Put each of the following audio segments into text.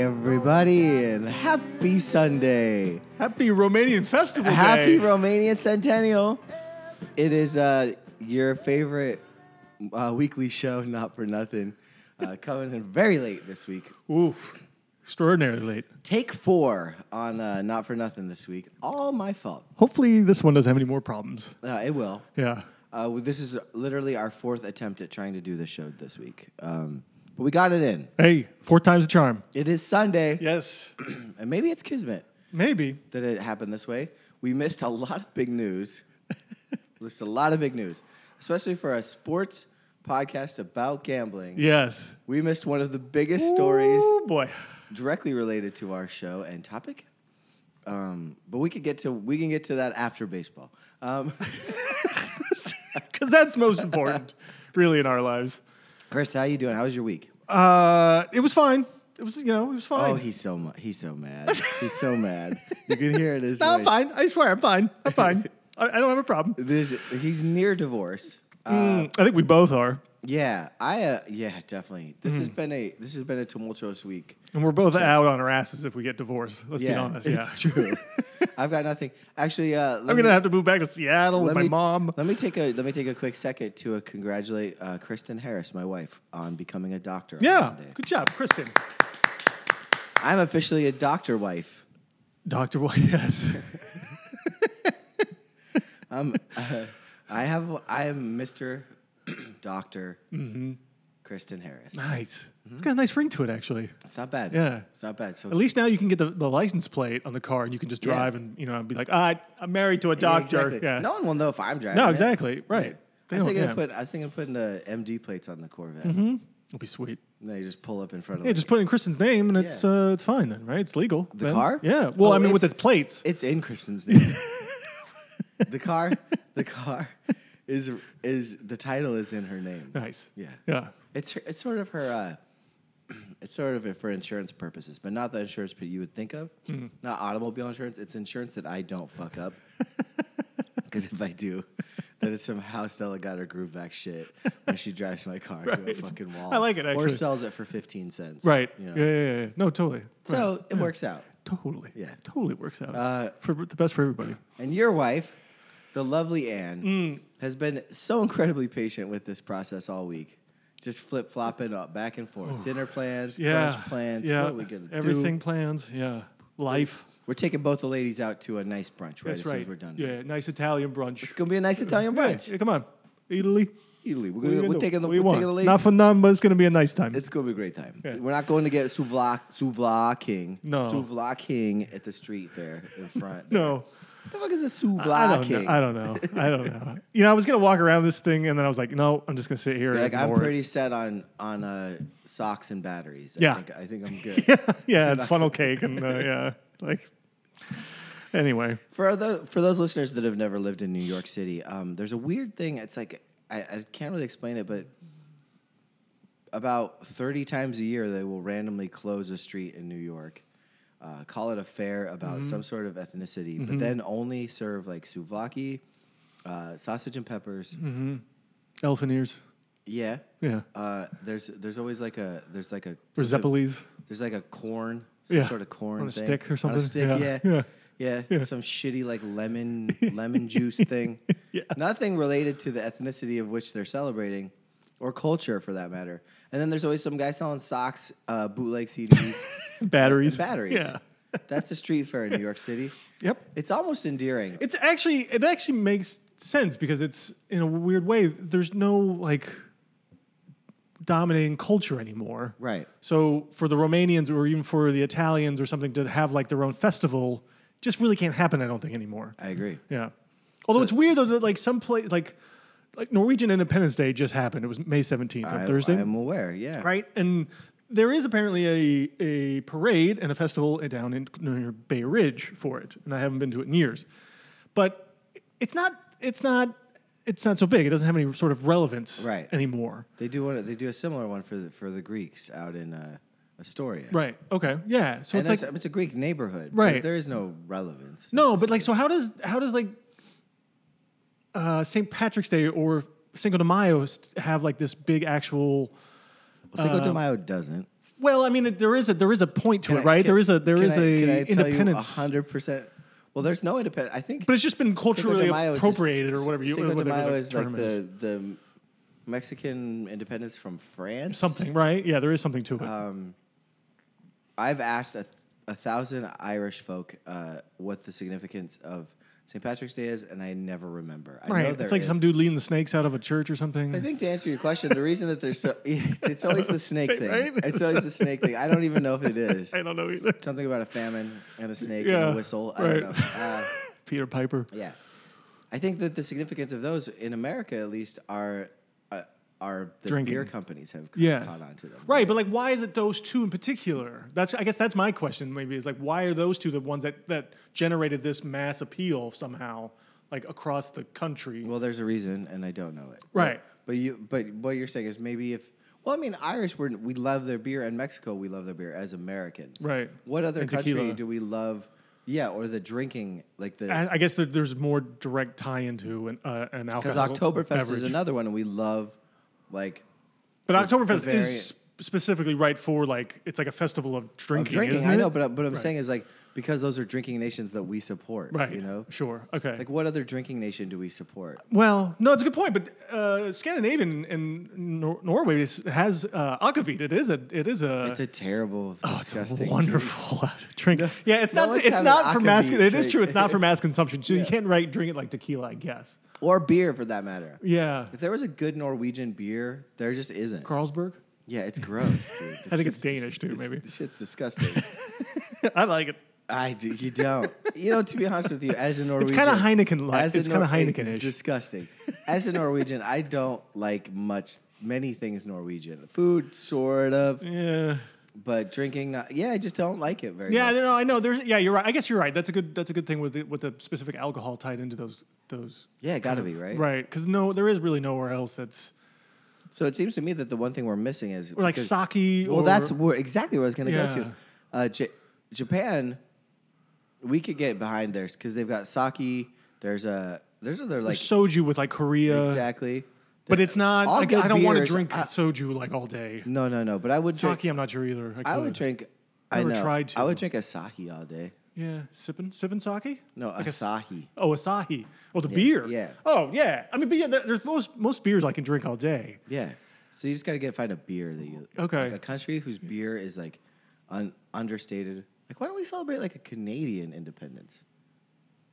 everybody, and happy Sunday. Happy Romanian Festival Day. Happy Romanian Centennial. It is uh, your favorite uh, weekly show, Not For Nothing, uh, coming in very late this week. Oof. Extraordinarily late. Take four on uh, Not For Nothing this week. All my fault. Hopefully, this one doesn't have any more problems. Uh, it will. Yeah. Uh, well, this is literally our fourth attempt at trying to do this show this week. Um, but we got it in. Hey, four times a charm. It is Sunday, Yes. and maybe it's Kismet. Maybe. that it happened this way. We missed a lot of big news. missed a lot of big news, especially for a sports podcast about gambling. Yes. We missed one of the biggest stories Oh, boy. directly related to our show and topic. Um, but we could get to we can get to that after baseball. Um, Because that's most important, really, in our lives. Chris, how you doing? How was your week? Uh, it was fine. It was, you know, it was fine. Oh, he's so mu- he's so mad. he's so mad. You can hear it in his no, I'm voice. fine. I swear, I'm fine. I'm fine. I, I don't have a problem. There's, he's near divorce. Uh, Mm, I think we both are. Yeah, I uh, yeah definitely. This Mm-hmm. has been a this has been a tumultuous week. And we're both out on our asses if we get divorced. Let's be honest. Yeah. It's true. I've got nothing. Actually, uh, let I'm me- going to have to move back to Seattle with let my me- mom. Let me take a let me take a quick second to uh, congratulate uh, Kristen Harris, my wife, on becoming a doctor. on Yeah. Monday. Good job, Kristen. I'm officially a doctor wife. Dr. White, yes. Um, uh, I have I am Mr. Doctor Mm-hmm. Kristen Harris. Nice. It's got a nice ring to it, actually. It's not bad. Yeah. it's not bad. So At least now you can get the, the license plate on the car and you can just Yeah. drive and, you know, be like, ah, I'm married to a doctor. Exactly. Yeah. No one will know if I'm driving. No, it. exactly. Right. I They was don't- thinking yeah. of put I was thinking of putting the MD plates on the Corvette. It'll be sweet. And then you just pull up in front of. Yeah, it. just put in Kristen's name and it's Oh, Yeah. uh, it's fine then, right? It's legal. The then. car? Yeah. Well, Oh, I mean, it's- with its plates. It's in Kristen's name. the car, the car, is is the title is in her name. nice. Yeah, Yeah. it's her- it's sort of her. Uh, it's sort of for insurance purposes, but not the insurance that you would think of. Mm-hmm. Not automobile insurance. It's insurance that I don't fuck up. Because if I do, then it's somehow Stella got her groove back shit when she drives my car into a Right. fucking wall. I like it, Or actually. sells it for fifteen cents. Right. you know? Yeah, yeah, yeah, yeah. No, totally. So Right. it works out. Totally. Yeah. Totally works out. Uh, for the best for everybody. And your wife, the lovely Anne, Mm. has been so incredibly patient with this process all week. Just flip flopping up back and forth. Dinner plans, Yeah. brunch plans. Yeah. What are we gonna Everything do? plans. Yeah. Life. We're taking both the ladies out to a nice brunch right That's as soon right. as we're done. Yeah. Nice Italian brunch. It's gonna be a nice Italian Yeah, brunch. yeah, come on, Italy. Italy. We're What are you gonna, gonna we're do? taking the What do you we're taking want? the ladies. Not for none, but it's gonna be a nice time. it's gonna be a great time. Yeah. We're not going to get souvlaki souvlaking No. souvlaking at the street fair in front. no, what the fuck is a I don't, know. souvlaking? I don't know. I don't know. You know, I was gonna walk around this thing, and then I was like, no, I'm just gonna sit here. and Like I'm ignore it. pretty set on on uh, socks and batteries. I Yeah. think, I think I'm good. yeah, and funnel cake, and uh, yeah, like. Anyway, For those for those listeners that have never lived in New York City, um, there's a weird thing. It's like I, I can't really explain it, but about 30 times a year they will randomly close a street in New York, uh, call it a fair about Mm-hmm. some sort of ethnicity, but then only serve like souvlaki, uh, sausage and peppers. Mm-hmm. elephant ears. Yeah. Yeah, Uh, there's there's always like a there's like a or some type- zeppelis. there's like a corn, some Yeah. sort of corn On a thing. stick or On something? a stick, yeah. Yeah. Yeah. Yeah. Yeah. Some shitty like lemon lemon juice thing. Yeah. Nothing related to the ethnicity of which they're celebrating or culture for that matter. And then there's always some guy selling socks, uh, bootleg CDs, Batteries. and batteries. Yeah. That's a street fair in New York City. Yep. It's almost endearing. It's actually it actually makes sense because it's in a weird way. There's no like dominating culture anymore. right. So for the Romanians or even for the Italians or something to have like their own festival just really can't happen, I don't think, anymore. I agree. Yeah. Although it's weird though that like some place like like Norwegian Independence Day just happened. It was May 17th on I, Thursday. I'm aware, yeah. right? And there is apparently a a parade and a festival down in near Bay Ridge for it. And I haven't been to it in years. But it's not it's not it's not so big. It doesn't have any sort of relevance Right. anymore. They do one they do a similar one for the for the Greeks out in uh, Astoria. Right. Okay. Yeah. So And it's it's, like it's a Greek neighborhood. but Right. There is no relevance. No, but like, so how does how does like uh, St. Patrick's Day or Cinco de Mayo st- have like this big actual? Uh, Well, Cinco de Mayo doesn't. Well, I mean, it, there is a there is a point to Can it, I- right? can- there is a there can is I- a can I tell you independence. 100%. Well, there's no independence. I think But it's just been Cinco de culturally Mayo is just- appropriated or whatever you Cinco de whatever Mayo the is like term the, the Mexican independence from France. something, right? Yeah, there is something to it. Um, I've asked a, a thousand Irish folk uh, what the significance of St. Patrick's Day is, and I never remember. I know right. there It's like is. some dude leading the snakes out of a church or something. I think to answer your question, the reason that there's so it's always the snake thing. Right? It's always the snake thing. I don't even know if it is I don't know either. something about a famine and a snake Yeah, and a whistle. I right. don't know. Uh, Peter Piper. yeah, I think that the significance of those in America, at least, are uh, are the Drinking. beer companies have Yes. caught on to them. Right, but like, why is it those two in particular? That's I guess that's my question. Maybe is like, why are those two the ones that that generated this mass appeal somehow, like across the country? Well, there's a reason, and I don't know it. Right. But, but you, but what you're saying is maybe if. Well, I mean, Irish, we're, we love their beer, and Mexico, we love their beer as Americans. Right. What other And country tequila. do we love? Yeah, or the drinking, like the I, I guess there, there's more direct tie into an uh, an because alcohol Oktoberfest beverage. is another one, and we love like But Oktoberfest Bavarian- is sp- specifically right for like it's like a festival of of drinking. drinking. isn't I it? know, but uh, but I'm Right. saying is like because those are drinking nations that we support. right, Uh, You know, sure, okay. like what other drinking nation do we support? well, no, it's a good point. But uh, Scandinavian and Nor- Norway is- has uh, akavit. It is a it is a It's a terrible, oh, It's a disgusting. wonderful drink. Yeah, it's No not. one's It's having not an for mass. Akavit It is drink. true. It's not for mass consumption. So you Yeah. can't right drink it like tequila, I guess. or beer for that matter. Yeah, If there was a good Norwegian beer, there just isn't. Carlsberg. Yeah, it's gross, dude. I think it's Danish, too, dude. maybe. This shit's disgusting. I like it. I do, you don't. You know, to be honest with you, as a Norwegian, kinda Heineken-like. as a It's kinda Heineken-ish. It's disgusting. As a Norwegian, I don't like much many things Norwegian. Food, sort of, Yeah. but drinking, not, yeah, I just don't like it very Yeah. much. No, no, I know. There's. Yeah, you're right. I guess you're right. That's a good. That's a good thing with the, with the specific alcohol tied into those those. Yeah, it gotta kind be, right? Right. Because no, there is really nowhere else that's So it seems to me that the one thing we're missing is or like because- sake. Well, or, that's where, exactly where I was going to go Yeah. to. Uh, J- Japan, we could get behind theirs because they've got sake. There's a there's other like soju with like Korea. exactly, But it's not. All Like, good I don't want to beers, drink I- soju like all day. no, no, no. But I would drink. Sake, I'm not sure either. I could. would drink. I Never know. tried I would to. drink Asahi all day. Yeah, sipping sipping sake. No, Like a s- Asahi. Oh, Asahi. Oh, the beer. yeah. Oh, yeah. I mean, but yeah, there- there's most most beers I can drink all day. Yeah. So you just got to get find a beer that you Okay. like a country whose beer is like un, understated. Like why don't we celebrate like a Canadian independence?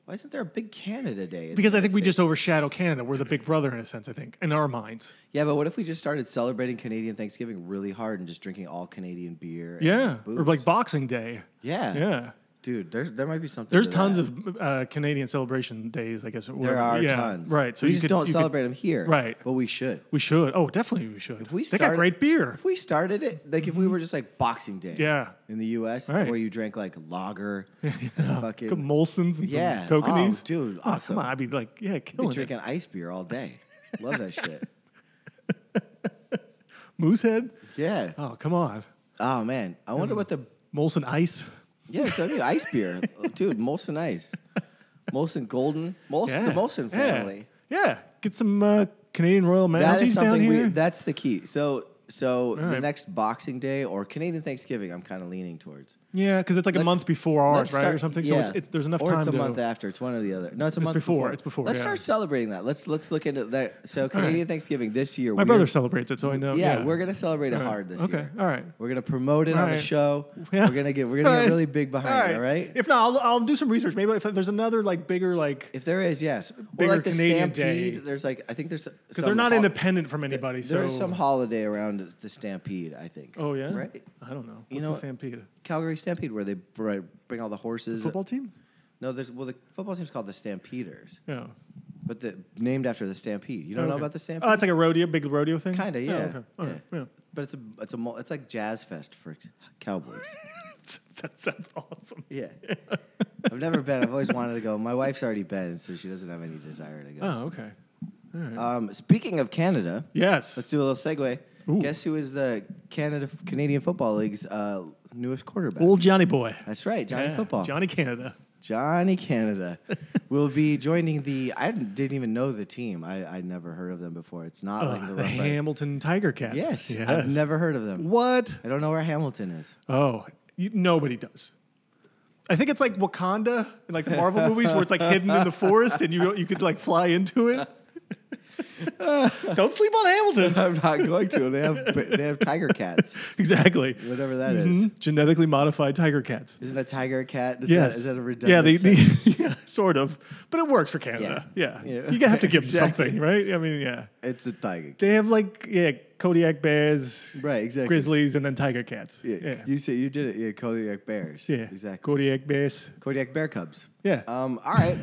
Why isn't there a big Canada Day? in the Because I think United we States? just overshadow Canada. We're the big brother in a sense. I think in our minds. Yeah, but what if we just started celebrating Canadian Thanksgiving really hard and just drinking all Canadian beer? And Yeah. booze? Or like Boxing Day. yeah, Yeah. dude, there's there might be something. There's to tons that. of uh, Canadian celebration days. I guess or there whatever. are yeah, tons. Right. So we you just could- don't you could- celebrate them here, Right. But we should. we should. Oh, definitely we should. If we they started- got great beer. If we started it, like if we were just like Boxing Day, Mm-hmm. Yeah. in the U.S., Right. where you drank like lager, and Good fucking, Molsons and Yeah. some Kokanees. Oh, dude, Oh, awesome. come on. I'd be like, yeah, be killing it. drinking ice beer all day. Love that shit. Moosehead. Yeah. Oh, come on. Oh man, I wonder what the Molson Ice. Yeah, so I mean, ice beer, dude. Molson Ice, Molson Golden, Molson, the Molson Yeah. family. Yeah. Get some uh, Canadian Royal That Mounties is down something here. we. That's the key. So, so the right. next Boxing Day or Canadian Thanksgiving, I'm kind of leaning towards. yeah, because it's like a Let's- month before Let's ours, right, start- or something. So yeah. it's, it's, there's enough or time it's a to. month after. It's one or the other. No, it's a month before, it's before, Let's yeah. start celebrating that. Let's let's look into that. So Canadian Thanksgiving this year. My brother celebrates it, so I know. Yeah, we're gonna celebrate it hard this okay. year. All right. We're gonna promote it on the Alright. show. Yeah. We're gonna get we're gonna Alright. get really big behind it. All right. If not, I'll, I'll do some research. Maybe if there's another like bigger like If there is, yes. Or bigger like the Canadian Stampede. day. There's like I think there's because because they're not independent from anybody. so There is some holiday around the Stampede. I think. Oh yeah. Right. I don't know. What's You you know know the what? Stampede Calgary Stampede, where they bri- bring all the horses. football team? No, there's well the football team's called the Stampeders, Yeah. but the named after the Stampede. You don't know about the Stampede? Oh, it's like a rodeo, big rodeo thing. Kind of, Oh, yeah. okay. All yeah. right. yeah. But it's a it's a mul- it's like jazz fest for cowboys. that sounds awesome. yeah. I've never been. I've always wanted to go. My wife's already been, so she doesn't have any desire to go. Oh, okay. All right. Um, speaking of Canada, yes. Let's do a little segue. Mm-hmm. Ooh. Guess who is the Canada Canadian Football League's uh, newest quarterback? Old Johnny boy. That's right, Johnny Yeah, Football. Johnny Canada. Johnny Canada will be joining the. I didn't didn't even know the team. I I never heard of them before. It's not like Uh, the the Rough Riders. Hamilton Tiger Cats. Yes, Yes. I've never heard of them. what? I don't know where Hamilton is. Oh, you, nobody does. I think it's like Wakanda in like the Marvel movies where it's like hidden in the forest and you you could like fly into it. Don't sleep on Hamilton. I'm not going to. They have they have tiger cats, Exactly. whatever that is. Mhm. Genetically modified tiger cats. Isn't a tiger a cat? Is Yes. That, is that a redundant? yeah, they, they- sentence? yeah, sort of. But it works for Canada. Yeah. Yeah. You have to give them Exactly. something, right? I mean, yeah. It's a tiger. They have like yeah, Kodiak bears, Right. Exactly. grizzlies, and then tiger cats. Yeah, Yeah. You say you did it. Yeah. Kodiak bears. Yeah. Exactly. Kodiak bears. Kodiak bear cubs. Yeah. Um. All right.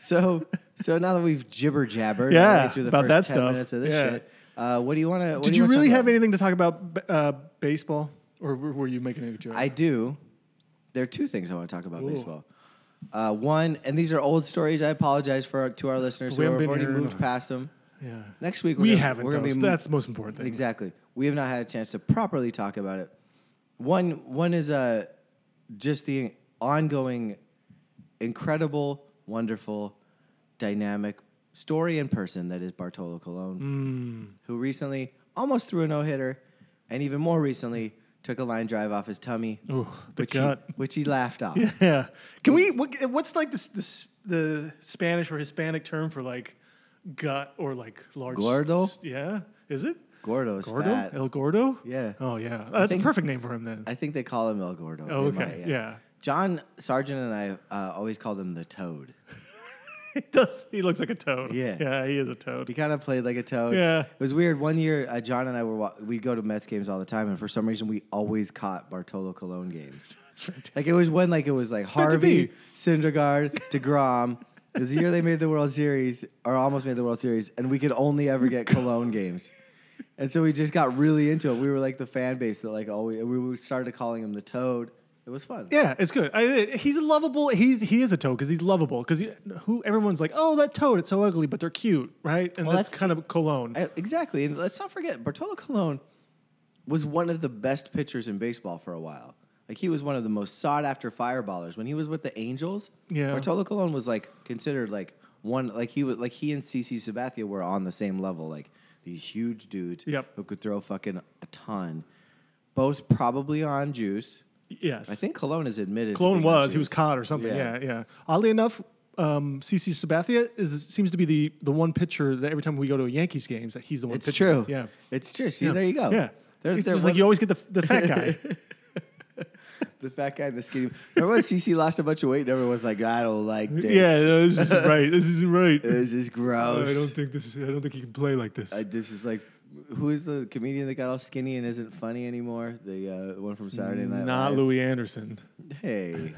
so so now that we've jibber jabbered Yeah, through the about first that 10 stuff. minutes of this Yeah. shit, uh, what do you want to? Did you really have anything to talk about b- uh, baseball, or were were you making a joke? I do. There are two things I want to talk about Ooh. baseball. Uh, one, and these are old stories. I apologize for to our listeners We who haven't have been already here in moved a- past them. yeah. Next week we're We gonna- haven't. We're gonna those. be That's the most important thing. Exactly. We have not had a chance to properly talk about it. One one is uh, just the ongoing, incredible, wonderful, dynamic story and person that is Bartolo Hmm. Colon, who recently almost threw a no hitter, and even more recently took a line drive off his tummy, Ooh, the which, he, gut. which he laughed off. Oh, Yeah. Can we? What, what's like this, this the Spanish or Hispanic term for like gut or like large? s- Gordo? s- yeah. Is it Gordo is Gordo? fat. El Gordo? Yeah. Oh yeah. That's think- a perfect name for him then. I think they call him El Gordo. oh, They okay. might, yeah. John Sargent and I uh, always called him the Toad. He does. He looks like a toad. Yeah. Yeah. He is a toad. He kind of played like a toad. Yeah. It was weird. One year, uh, John and I were wa- we go to Mets games all the time, and for some reason, we always caught Bartolo Colon games. That's fantastic. Like it was when like it was like meant to Harvey, be. Syndergaard, Degrom. It was the year they made the World Series, or almost made the World Series, and we could only ever get Cologne games. And so we just got really into it. We were like the fan base that like always we started calling him the Toad. It was fun. Yeah, it's good. I, he's a lovable. He's he is a toad because he's lovable. Because who everyone's like, oh, that toad, it's so ugly, but they're cute, right? And Well, that's, that's- kind of cologne. I- exactly. And let's not forget, Bartolo Colon was one of the best pitchers in baseball for a while. Like he was one of the most sought after fireballers. When he was with the Angels, Yeah. Bartolo Colon was like considered like one like he was like he and CC Sabathia were on the same level, like these huge dudes Yep. who could throw fucking a ton. Both probably on juice. yes, I think Cologne is admitted. to cologne being on was. He was juice. caught or something. Yeah. Yeah, yeah. Oddly enough, um, CC Sabathia is seems to be the the one pitcher that every time we go to a Yankees games that he's the one. It's pitching. true. Yeah. It's true. See, Yeah. there you go. Yeah. They're, it's they're just one- like you always get the the fat guy. The fat guy, the skinny. Remember when CC lost a bunch of weight and everyone was like, I don't like this. yeah, no, this isn't right. This isn't right. Oh, This is gross. I don't think this. Is, I don't think he can play like this. I- this is like, who is the comedian that got all skinny and isn't funny anymore? The uh, one from Saturday Night Not Live. Louis Anderson. Hey.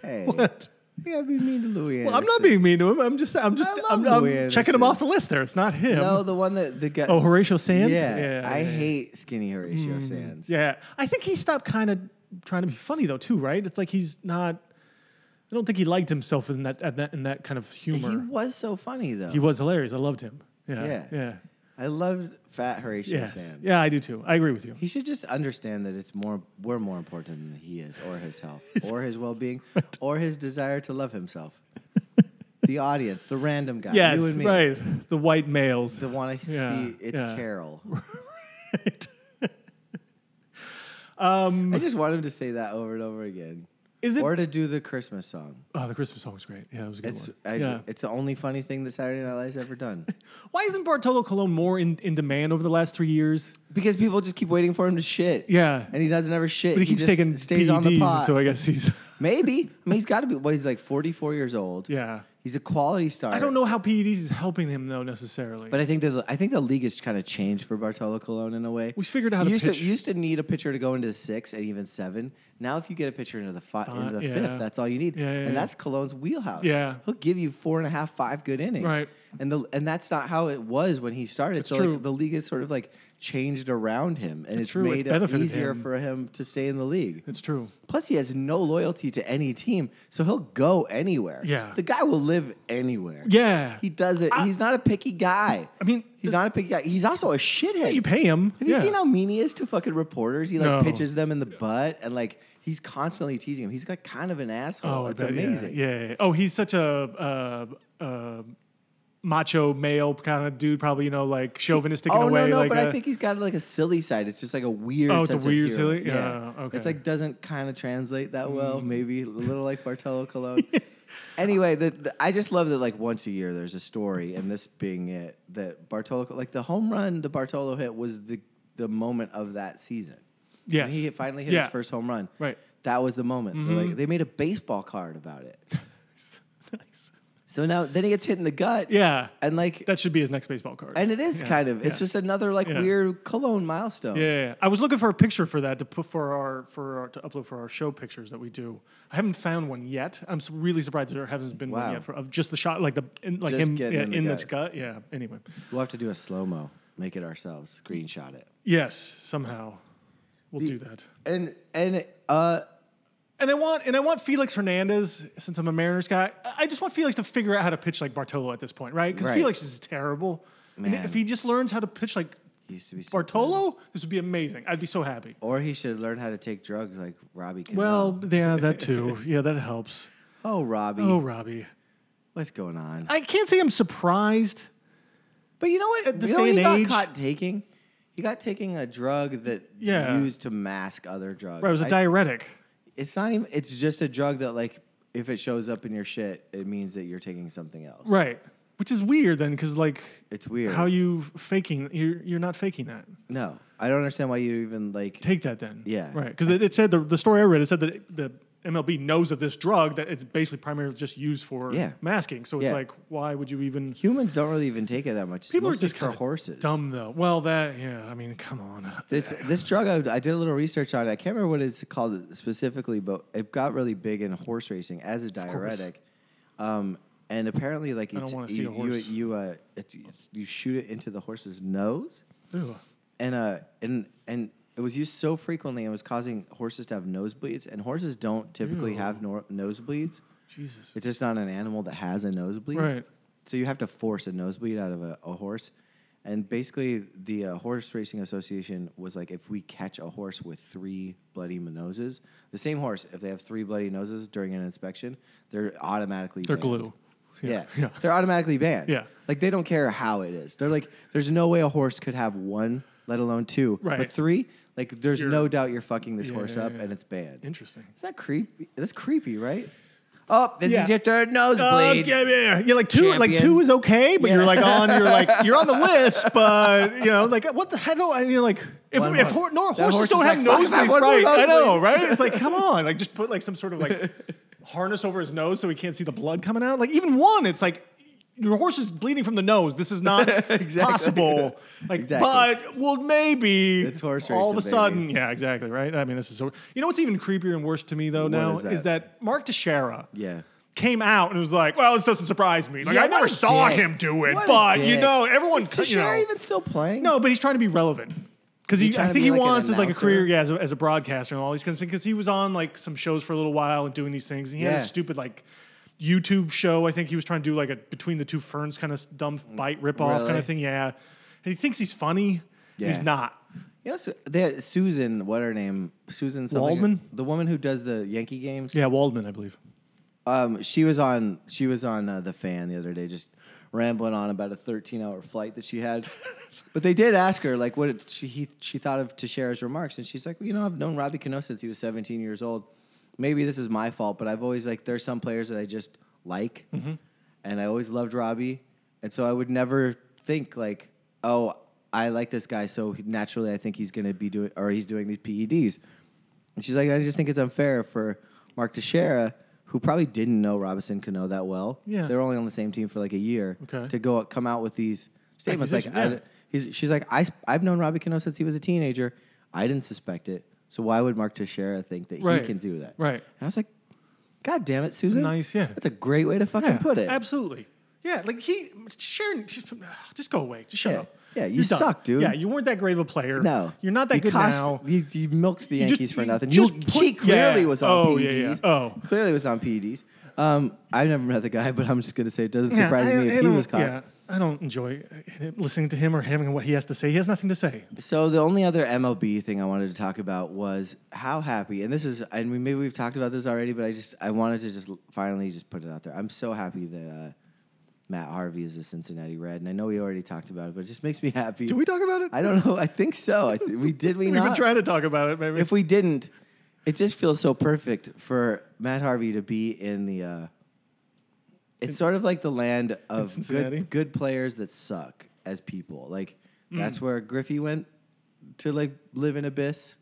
Hey. What? You gotta be mean to Louis. Well, I'm not Anderson. being mean to him. I'm just, I'm just, I love I'm, I'm Louis checking Anderson. him off the list. There, it's not him. No, the one that the guy. oh, Horatio Sands. yeah, I yeah, Hmm. hate skinny Horatio Sands. Yeah, I think he stopped kind of trying to be funny though, too. Right? It's like he's not. I don't think he liked himself in that, at that in that kind of humor. He He, was so funny though. was hilarious. I loved him. Yeah, Yeah. yeah, yeah. I loved fat Horatio Yes. Sands. yeah. I do too. I agree with you. He should just understand that it's more we're more important than he is, or his health, or his well being, or his desire to love himself. the audience, the random guy, Yes, you and me, right. The white males. that want to Yeah, see it's yeah. Carol. Right. Um, I just want him to say that over and over again, Is it? or to do the Christmas song. oh, the Christmas song was great. Yeah, it was a good It's one. I, yeah. it's the only funny thing that Saturday Night Live's ever done Why isn't Bartolo Colon more in, in demand over the last three years? because people just keep waiting for him to shit. Yeah. and he doesn't ever shit. But he keeps just taking E stays on the PEDs, pot. so I guess he's Maybe I mean he's got to be. Well, he's like forty four years old. yeah. He's a quality star. I don't know how PEDs is helping him though necessarily. But I think the I think the league has kind of changed for Bartolo Colon in a way. We figured out how you to used pitch. to you used to need a pitcher to go into the six and even seven. Now if you get a pitcher into the five Fi- into the yeah. fifth, that's all you need. Yeah, yeah, yeah. and that's Colon's wheelhouse. Yeah. He'll give you four and a half, five good innings. Right. And the and that's not how it was when he started. so true. like the league has sort of like changed around him, and it's, true, it's made it benefited easier him. for him to stay in the league. It's true. Plus, he has no loyalty to any team, so he'll go anywhere. Yeah. the guy will live anywhere. Yeah. he does it. he's not a picky guy. I mean, he's not a picky guy. He's also a shithead. you pay him. Have you yeah. seen how mean he is to fucking reporters? He like No. pitches them in the butt and like he's constantly teasing him. He's like kind of an asshole. Oh, I it's bet, yeah, amazing. Yeah, yeah. Oh, he's such a uh, uh, macho male kind of dude. Probably you know like chauvinistic Oh in a way. no, no, like but I I think he's got like a silly side. It's just like a weird. Oh, it's a sense weird of humor. silly? Yeah, okay. Mm. It's like doesn't kind of translate that well. Maybe a little like Bartolo Colon. anyway, the, the, I just love that like once a year there's a story, and this being it that Bartolo like the home run the Bartolo hit was the the moment of that season. yes. When he hit- finally hit Yeah. his first home run. Right. Mm-hmm. That was the moment. They're Like they made a baseball card about it. Nice. So now then he gets hit in the gut. Yeah, And like that should be his next baseball card. and it is Yeah, kind of it's yeah. just another like Yeah. weird cologne milestone. Yeah, yeah, yeah. I was looking for a picture for that to put for our for our, to upload for our show pictures that we do. I haven't found one yet. I'm su- really surprised there hasn't been Wow. one yet for, of just the shot, like the in, like Just him getting yeah, in in, the the gut. gut. Yeah. Anyway, We'll have to do a slow mo, make it ourselves, screenshot it. yes, somehow we'll do that. And and uh And I want and I want Felix Hernandez, since I'm a Mariners guy, I- I just want Felix to figure out how to pitch like Bartolo at this point, right? Because Right. Felix is terrible. And Man. if he just learns how to pitch like used to be so good. Bartolo, this would be amazing. I'd be so happy. Or he should learn how to take drugs like Robbie Cano. Well, yeah, that too. Yeah, that helps. oh Robbie, Oh, Robbie. what's going on? I can't say I'm surprised. But you know what? At this you know day what he and got age- caught taking? He got taking a drug that Yeah. used to mask other drugs. Right, it was a I- diuretic. it's not even. It's just a drug that like if it shows up in your shit, it means that you're taking something else. Right. Which is weird then, because like It's weird. how you faking you're you're not faking that. no, I don't understand why you even like. Take that then. Yeah. Right. Because it, it said the, the story I read, it said that it- the MLB knows of this drug that it's basically primarily just used for Yeah. masking. So it's Yeah. like, why would you even Humans don't really even take it that much. It's people are mostly just for kinda horses. Dumb though. Well that yeah, I mean, come on. This this drug I, I did a little research on. it. I can't remember what it's called specifically, but it got really big in horse racing as a diuretic. Um, and apparently, like it's, wanna see you a horse. you you uh, it's, it's, you shoot it into the horse's nose, Ew. and uh and and it was used so frequently and was causing horses to have nosebleeds. And horses don't typically have nor- nosebleeds. Jesus. It's just not an animal that has a nosebleed. Right. So you have to force a nosebleed out of a, a horse. And basically, the uh, Horse Racing Association was like, if we catch a horse with three bloody noses, the same horse, if they have three bloody noses during an inspection, they're automatically They're banned. glue. Yeah. Yeah. They're automatically banned. Yeah. Like they don't care how it is. They're like, there's no way a horse could have one, let alone two. Right. But three, like there's You're- no doubt you're fucking this horse up Yeah. and it's banned. Interesting. Is that creepy? That's creepy, right? Oh, this Yeah. is your third Oh, nosebleed. yeah, yeah, yeah. You're like two, like Champion. two is okay, but Yeah. you're like on, you're like you're on the list, but you know, like what the hell? do I- You're like if, One if more. hor- no That horses horse is don't have like, fuck, nosebleeds, if I had one more right? I know, nosebleed. right? It's like come on, like just put like some sort of like harness over his nose so he can't see the blood coming out. Like even one, it's like. Your horse is bleeding from the nose. This is not Exactly. possible. Like, Exactly. but well, maybe It's horse all of a racing, sudden, yeah, exactly, right. I mean, this is so. You know what's even creepier and worse to me though now is that? is that Mark Teixeira Yeah. came out and was like, "Well, this doesn't surprise me. Like Yeah, I what never a saw dick. him do it, What a but you dick. know, everyone, Is c- you know, Teixeira even still playing? no, but he's trying to be relevant because He's he, trying I to think be he like an wants as like a announcer? career yeah, as, a, as a broadcaster and all these kinds of things because he was on like some shows for a little while and doing these things. And he had Yeah. a stupid like YouTube show. I think he was trying to do like a between the two ferns kind of dumb bite ripoff off kind Mm, Really? of thing. Yeah, and he thinks he's funny. Yeah. He's not. Yes, they had Susan. What her name? Susan something, Waldman? The woman who does the Yankee games. Yeah, Waldman, I believe. Um, she was on. She was on uh, the fan the other day, just rambling on about a 13-hour flight that she had. but they did ask her like what it, she he, she thought of Teixeira's remarks, and she's like, well, you know, I've known Robbie Cano since he was 17 years old. Maybe this is my fault, but I've always like there's some players that I just like, and I always loved Robbie, and so I would never think like, oh, I like this guy, so naturally I think he's gonna be doing or he's doing these E PEDs. And she's like, I just think it's unfair for Mark Teixeira, who probably didn't know Robinson Cano that well. Yeah. They were only on the same team for like a year. Okay. To go come out with these statements. Like, Accusations, I, he's, she's like, I, sp- I've known Robbie Cano since he was a teenager. I didn't suspect it. So why would Mark Teixeira think that Right. he can do that? Right. And I was like, God damn it, Susan. nice- yeah. That's a great way to fucking Yeah, put it. absolutely. Yeah, like he Sharon, just go away. Just shut Yeah. up. Yeah, you You're done. suck, dude. Yeah, you weren't that great of a player. No, you're not that You good cost- now. You, you milked the You just- Yankees for you nothing. just You- put- he clearly yeah. was on Oh, yeah, PEDs. yeah. Oh. clearly was on PEDs. Um, I've never met the guy, but I'm just gonna say it doesn't Yeah, surprise I- me I if he don't- was caught. Yeah, I don't enjoy uh, listening to him or him and what he has to say. He has nothing to say. So the only other MLB thing I wanted to talk about was how happy, and this is, and we, maybe we've talked about this already, but I just I wanted to just finally just put it out there. I'm so happy that uh, Matt Harvey is a Cincinnati Red, and I know we already talked about it, but it just makes me happy. Did we talk about it? I don't know. I think so. I th- we did. We We've not been trying to talk about it. Maybe if we didn't, it just feels so perfect for Matt Harvey to be in the. Uh, it's sort of like the land of Cincinnati? Hmm. good good players that suck as people. Like that's where Griffey went to like live in abyss.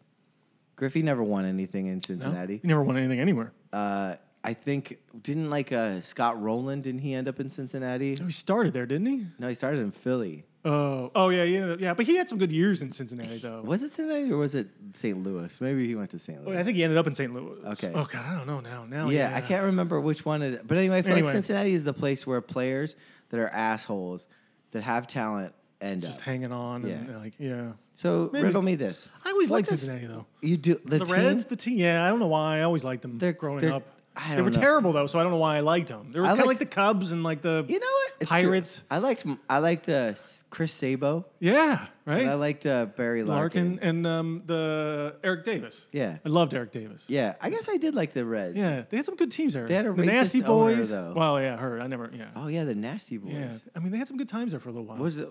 Griffey never won anything in No? Cincinnati. He never won anything anywhere. Uh, I think didn't like uh, Scott Rowland. Didn't he end up in Cincinnati? Oh, He started there, didn't he? No, he started in Philly. Oh, oh yeah, yeah, yeah. But he had some good years in Cincinnati, though. Was it Cincinnati or was it St. Louis? Maybe he went to St. Louis. Wait, I think he ended up in St. Louis. Okay. Oh God, I don't know now. Now. yeah, I can't remember which one it. But anyway, I feel Anyway. like Cincinnati is the place where players that are assholes that have talent end Just up. hanging on. Yeah. Yeah. And like yeah. so maybe. riddle me this: I always What liked does- Cincinnati though. You do the, The team? Reds, the team. Yeah, I don't know why. I always liked them. They're- growing they're- up. I they don't were know. terrible though, so I don't know why I liked them. They were I kind of like liked- the Cubs and like the. You know what? It's true. Pirates. I liked. I liked uh, S- Chris Sabo. Yeah. Right. And I liked uh, Barry Larkin. Larkin and um, the Eric Davis. Yeah. I loved Eric Davis. Yeah, I guess I did like the Reds. Yeah, they had some good teams there. They had a the racist Nasty owner, Boys. though. Well, yeah, heard. I never. Yeah. Oh yeah, the Nasty Boys. yeah. I mean, they had some good times there for a little while. Was it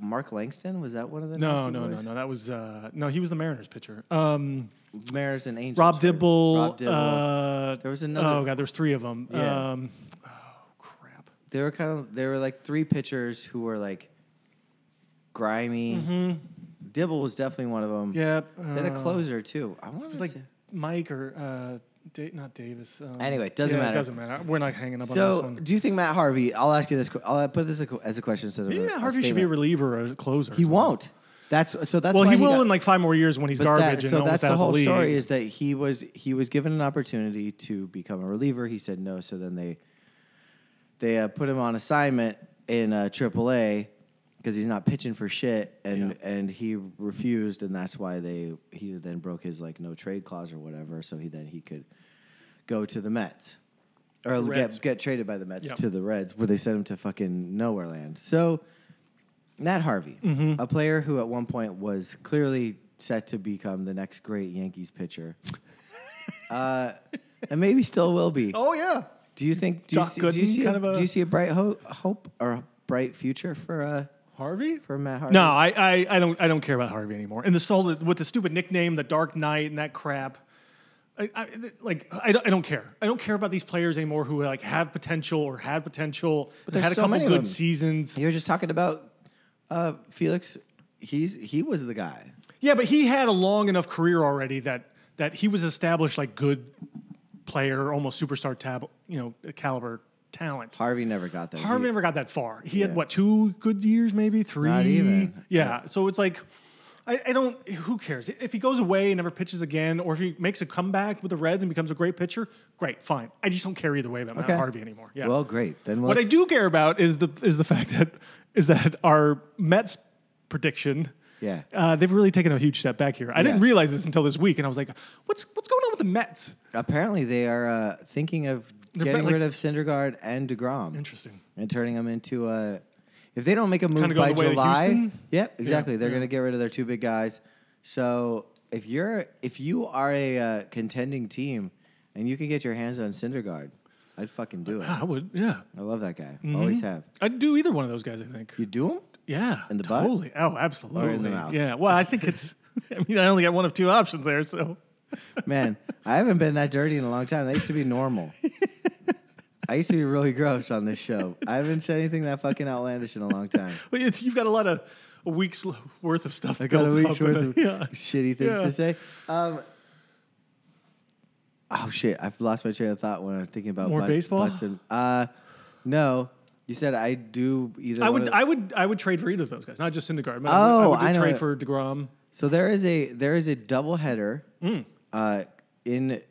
Mark Langston? Was that one of the no, Nasty no, no, Boys? no. That was uh, no. He was the Mariners pitcher. Um, Mariners and Angels. Rob right? Dibble. Rob Dibble. Uh, there was another- Oh god, there's three of them. Yeah. Um, oh crap. they were kind of they were like three pitchers who were like grimy. Dibble was definitely one of them. Mm-hmm. Yeah. They had a uh, closer too. I want It was to like like Mike or uh, da- not Davis. Um, Anyway, it doesn't yeah, matter. It doesn't matter. We're not hanging up on this so. one. Do you think Matt Harvey? I'll ask you this. que- I'll put this as a question instead of Maybe a, Matt a Harvey should be a statement. reliever or a closer. or he something. won't. That's so. That's Well, why he will got- in like five more years when he's but garbage. that- and so almost that's out the of whole league. story. Is that he was he was given an opportunity to become a reliever. He said no. So then they they uh, put him on assignment in uh, AAA because he's not pitching for shit, and and he refused, and that's why they he then broke his like no trade clause or whatever. So he then he could go to the Mets or Reds. get get traded by the Mets Yep. to the Reds, where they sent him to fucking nowhere land. So Matt Harvey, Mm-hmm. a player who at one point was clearly set to become the next great Yankees pitcher. uh, and maybe still will be. Oh yeah. Do you think? Do you, Doc see, do you Gooden see kind a, of a- do you see a bright ho- hope or a bright future for uh, Harvey? for Matt Harvey? No, I, I, I don't I don't care about Harvey anymore. And the stole with the stupid nickname, the Dark Knight, and that crap. I, I like I don't, I don't care. I don't care about these players anymore who like have potential or had potential. But there's had a so couple many of good them. seasons. you were just talking about uh, Felix. He's he was the guy. Yeah, but he had a long enough career already that that he was established like good player, almost superstar tab, you know, caliber talent. Harvey never got there. Harvey never got that far. He Yeah. had what two good years, maybe three. even. Yeah. So it's like, I, I don't. Who cares if he goes away and never pitches again, or if he makes a comeback with the Reds and becomes a great pitcher? Great, fine. I just don't care either way about Okay. Matt Harvey anymore. Yeah. Well, great. Then what I let's- do care about is the is the fact that is that our Mets prediction. Yeah. Uh, they've really taken a huge step back here. I didn't Yeah. realize this until this week, and I was like, "What's what's going on with the Mets?" Apparently, they are uh, thinking of They're getting bet- like- rid of Syndergaard and Degrom Interesting. and turning them into a. If they don't make a move Kinda go by the way of July, Houston? yep, exactly. They're yeah. going to get rid of their two big guys. So if you're if you are a uh, contending team and you can get your hands on Syndergaard, I'd fucking do it. I would, yeah. I love that guy. Mm-hmm. Always have. I'd do either one of those guys. I think. You do him? Yeah. In the butt? totally. Oh, absolutely. mouth. Yeah. Well, I think it's. I mean, I only got one of two options there, so. Man, I haven't been that dirty in a long time. That used to be normal. I used to be really gross on this show. I haven't said anything that fucking outlandish in a long time. But it's, you've got a lot of a week's l- worth of stuff. I got a built up week's in worth a- of yeah. shitty things Yeah. to say. Um, oh shit! I've lost my train of thought when I'm thinking about More butt- baseball? Butts and, uh, no, you said I do either. I one would, of- I would, I would trade for either of those guys, not just Syndergaard. But I Oh, would, I would I know trade it. for Degrom. so there is a there is a doubleheader Mm. uh, in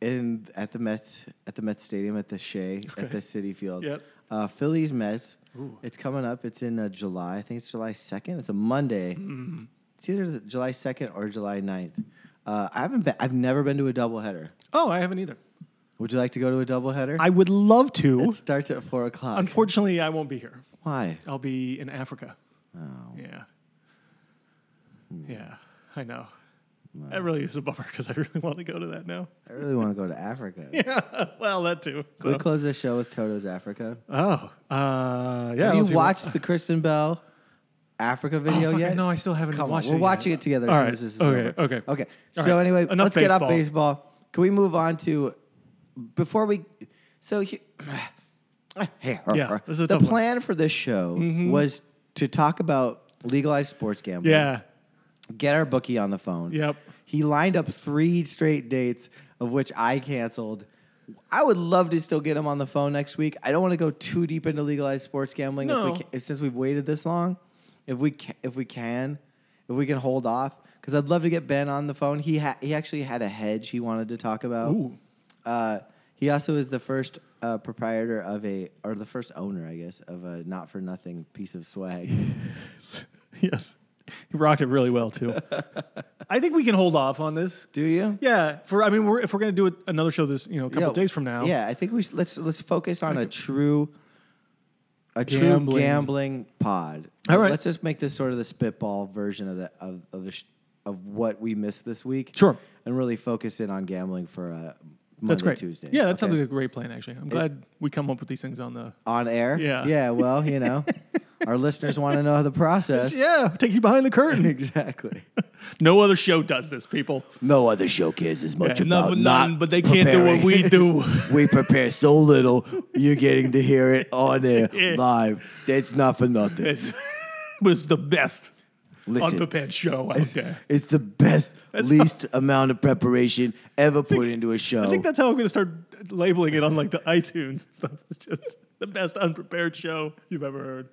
in at the Mets at the Mets Stadium at the Shea at the City Field. Yep. Uh, Phillies Mets. It's coming up. It's in uh, July. I think it's July 2nd. It's a Monday. Mm. It's either the July 2nd or July 9th. Uh, I haven't been, I've never been to a doubleheader. Oh, I haven't either. Would you like to go to a doubleheader? I would love to. it starts at 4 o'clock. Unfortunately, I won't be here. Why? I'll be in Africa. Oh, Yeah. Yeah, I know. That really is a bummer because I really want to go to that now. I really want to go to Africa. well, that too. Can we so. close the show with Toto's Africa? Oh, uh, yeah. Have let's you see. watched the Kristen Bell Africa Oh, video fuck, yet? No, I still haven't Come on, watched we're it. watching it together. All as soon right. as this is Okay, over. okay. okay. All so right. anyway, Enough let's get off baseball. baseball. Can we move on to before we? So he, hey, Yeah, this is a the tough one. Mm-hmm. plan for this show was to talk about legalized sports gambling. Yeah. get our bookie on the phone. Yep. He lined up three straight dates, of which I canceled. I would love to still get him on the phone next week. I don't want to go too deep into legalized sports gambling No. if we can, since we've waited this long. If we ca- if we can, if we can hold off, because I'd love to get Ben on the phone. He ha- he actually had a hedge he wanted to talk about. Ooh. Uh, he also is the first uh, proprietor of a or the first owner, I guess, of a not for nothing piece of swag. Yes. He rocked it really well too. I think we can hold off on this. Do you? Yeah. For I mean, we're, if we're gonna do it, another show this you know a couple Yeah, days from now. Yeah, I think we should, let's let's focus on a true a true Gambling. gambling pod. All right. Let's just make this sort of the spitball version of the of of, the sh- of what we missed this week. Sure. And really focus in on gambling for a Monday That's great. Tuesday. Yeah, that sounds Okay. like a great plan actually. I'm glad we come up with these things on the. on air. Yeah. Yeah, well, you know, our listeners want to know the process. Yeah, take you behind the curtain. Exactly. no other show does this, people. No other show cares as much Enough about with not none, but they can't do preparing. what we do. we prepare so little, you're getting to hear it on air live. That's not for nothing. It's, was the best Listen, unprepared show out there. it's the best, least amount of preparation ever put into a show. I think that's how I'm going to start labeling it on like the iTunes and stuff. It's just the best unprepared show you've ever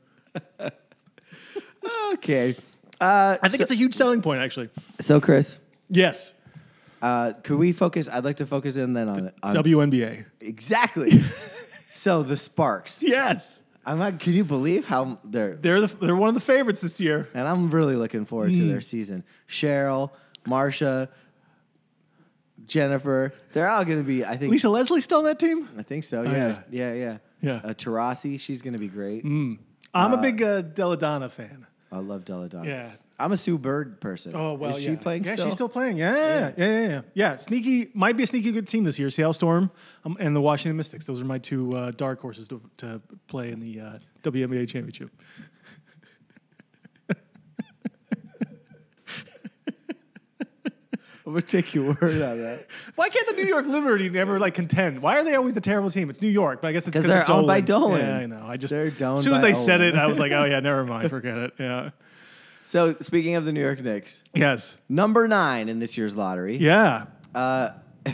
heard. okay. Uh, I think it's a huge selling point, actually. so, Chris, Yes, uh, could we focus? I'd like to focus in then on, on WNBA. exactly. so the Sparks. Yes, I'm not. Can you believe how they're? they're the, they're one of the favorites this year. And I'm really looking forward to Mm. their season. Cheryl, Marsha, Jennifer, they're all going to be. I think Lisa Leslie still on that team. I think so. Oh, Yeah, yeah, yeah. Yeah. Mm. Uh, Tarasi, she's gonna be great. I'm a big uh, Deladonna fan. I love Deladonna. Yeah. I'm a Sue Bird person. Oh well, Is yeah. she playing Yeah, still? she's still playing. Yeah, yeah, yeah, yeah, yeah. Yeah, sneaky might be a sneaky good team this year. Seattle Storm um, and the Washington Mystics. Those are my two uh, dark horses to, to play in the uh, WNBA championship. I'm gonna take your word on that. Why can't the New York Liberty never like contend? Why are they always a terrible team? It's New York, but I guess it's 'Cause because they're owned by Dolan. Yeah, I know. I just They're owned as soon as by I said Owen. it, I was like, oh yeah, never mind, forget it. Yeah. So speaking of the New York Knicks, Yes. number nine in this year's lottery. Yeah. Uh,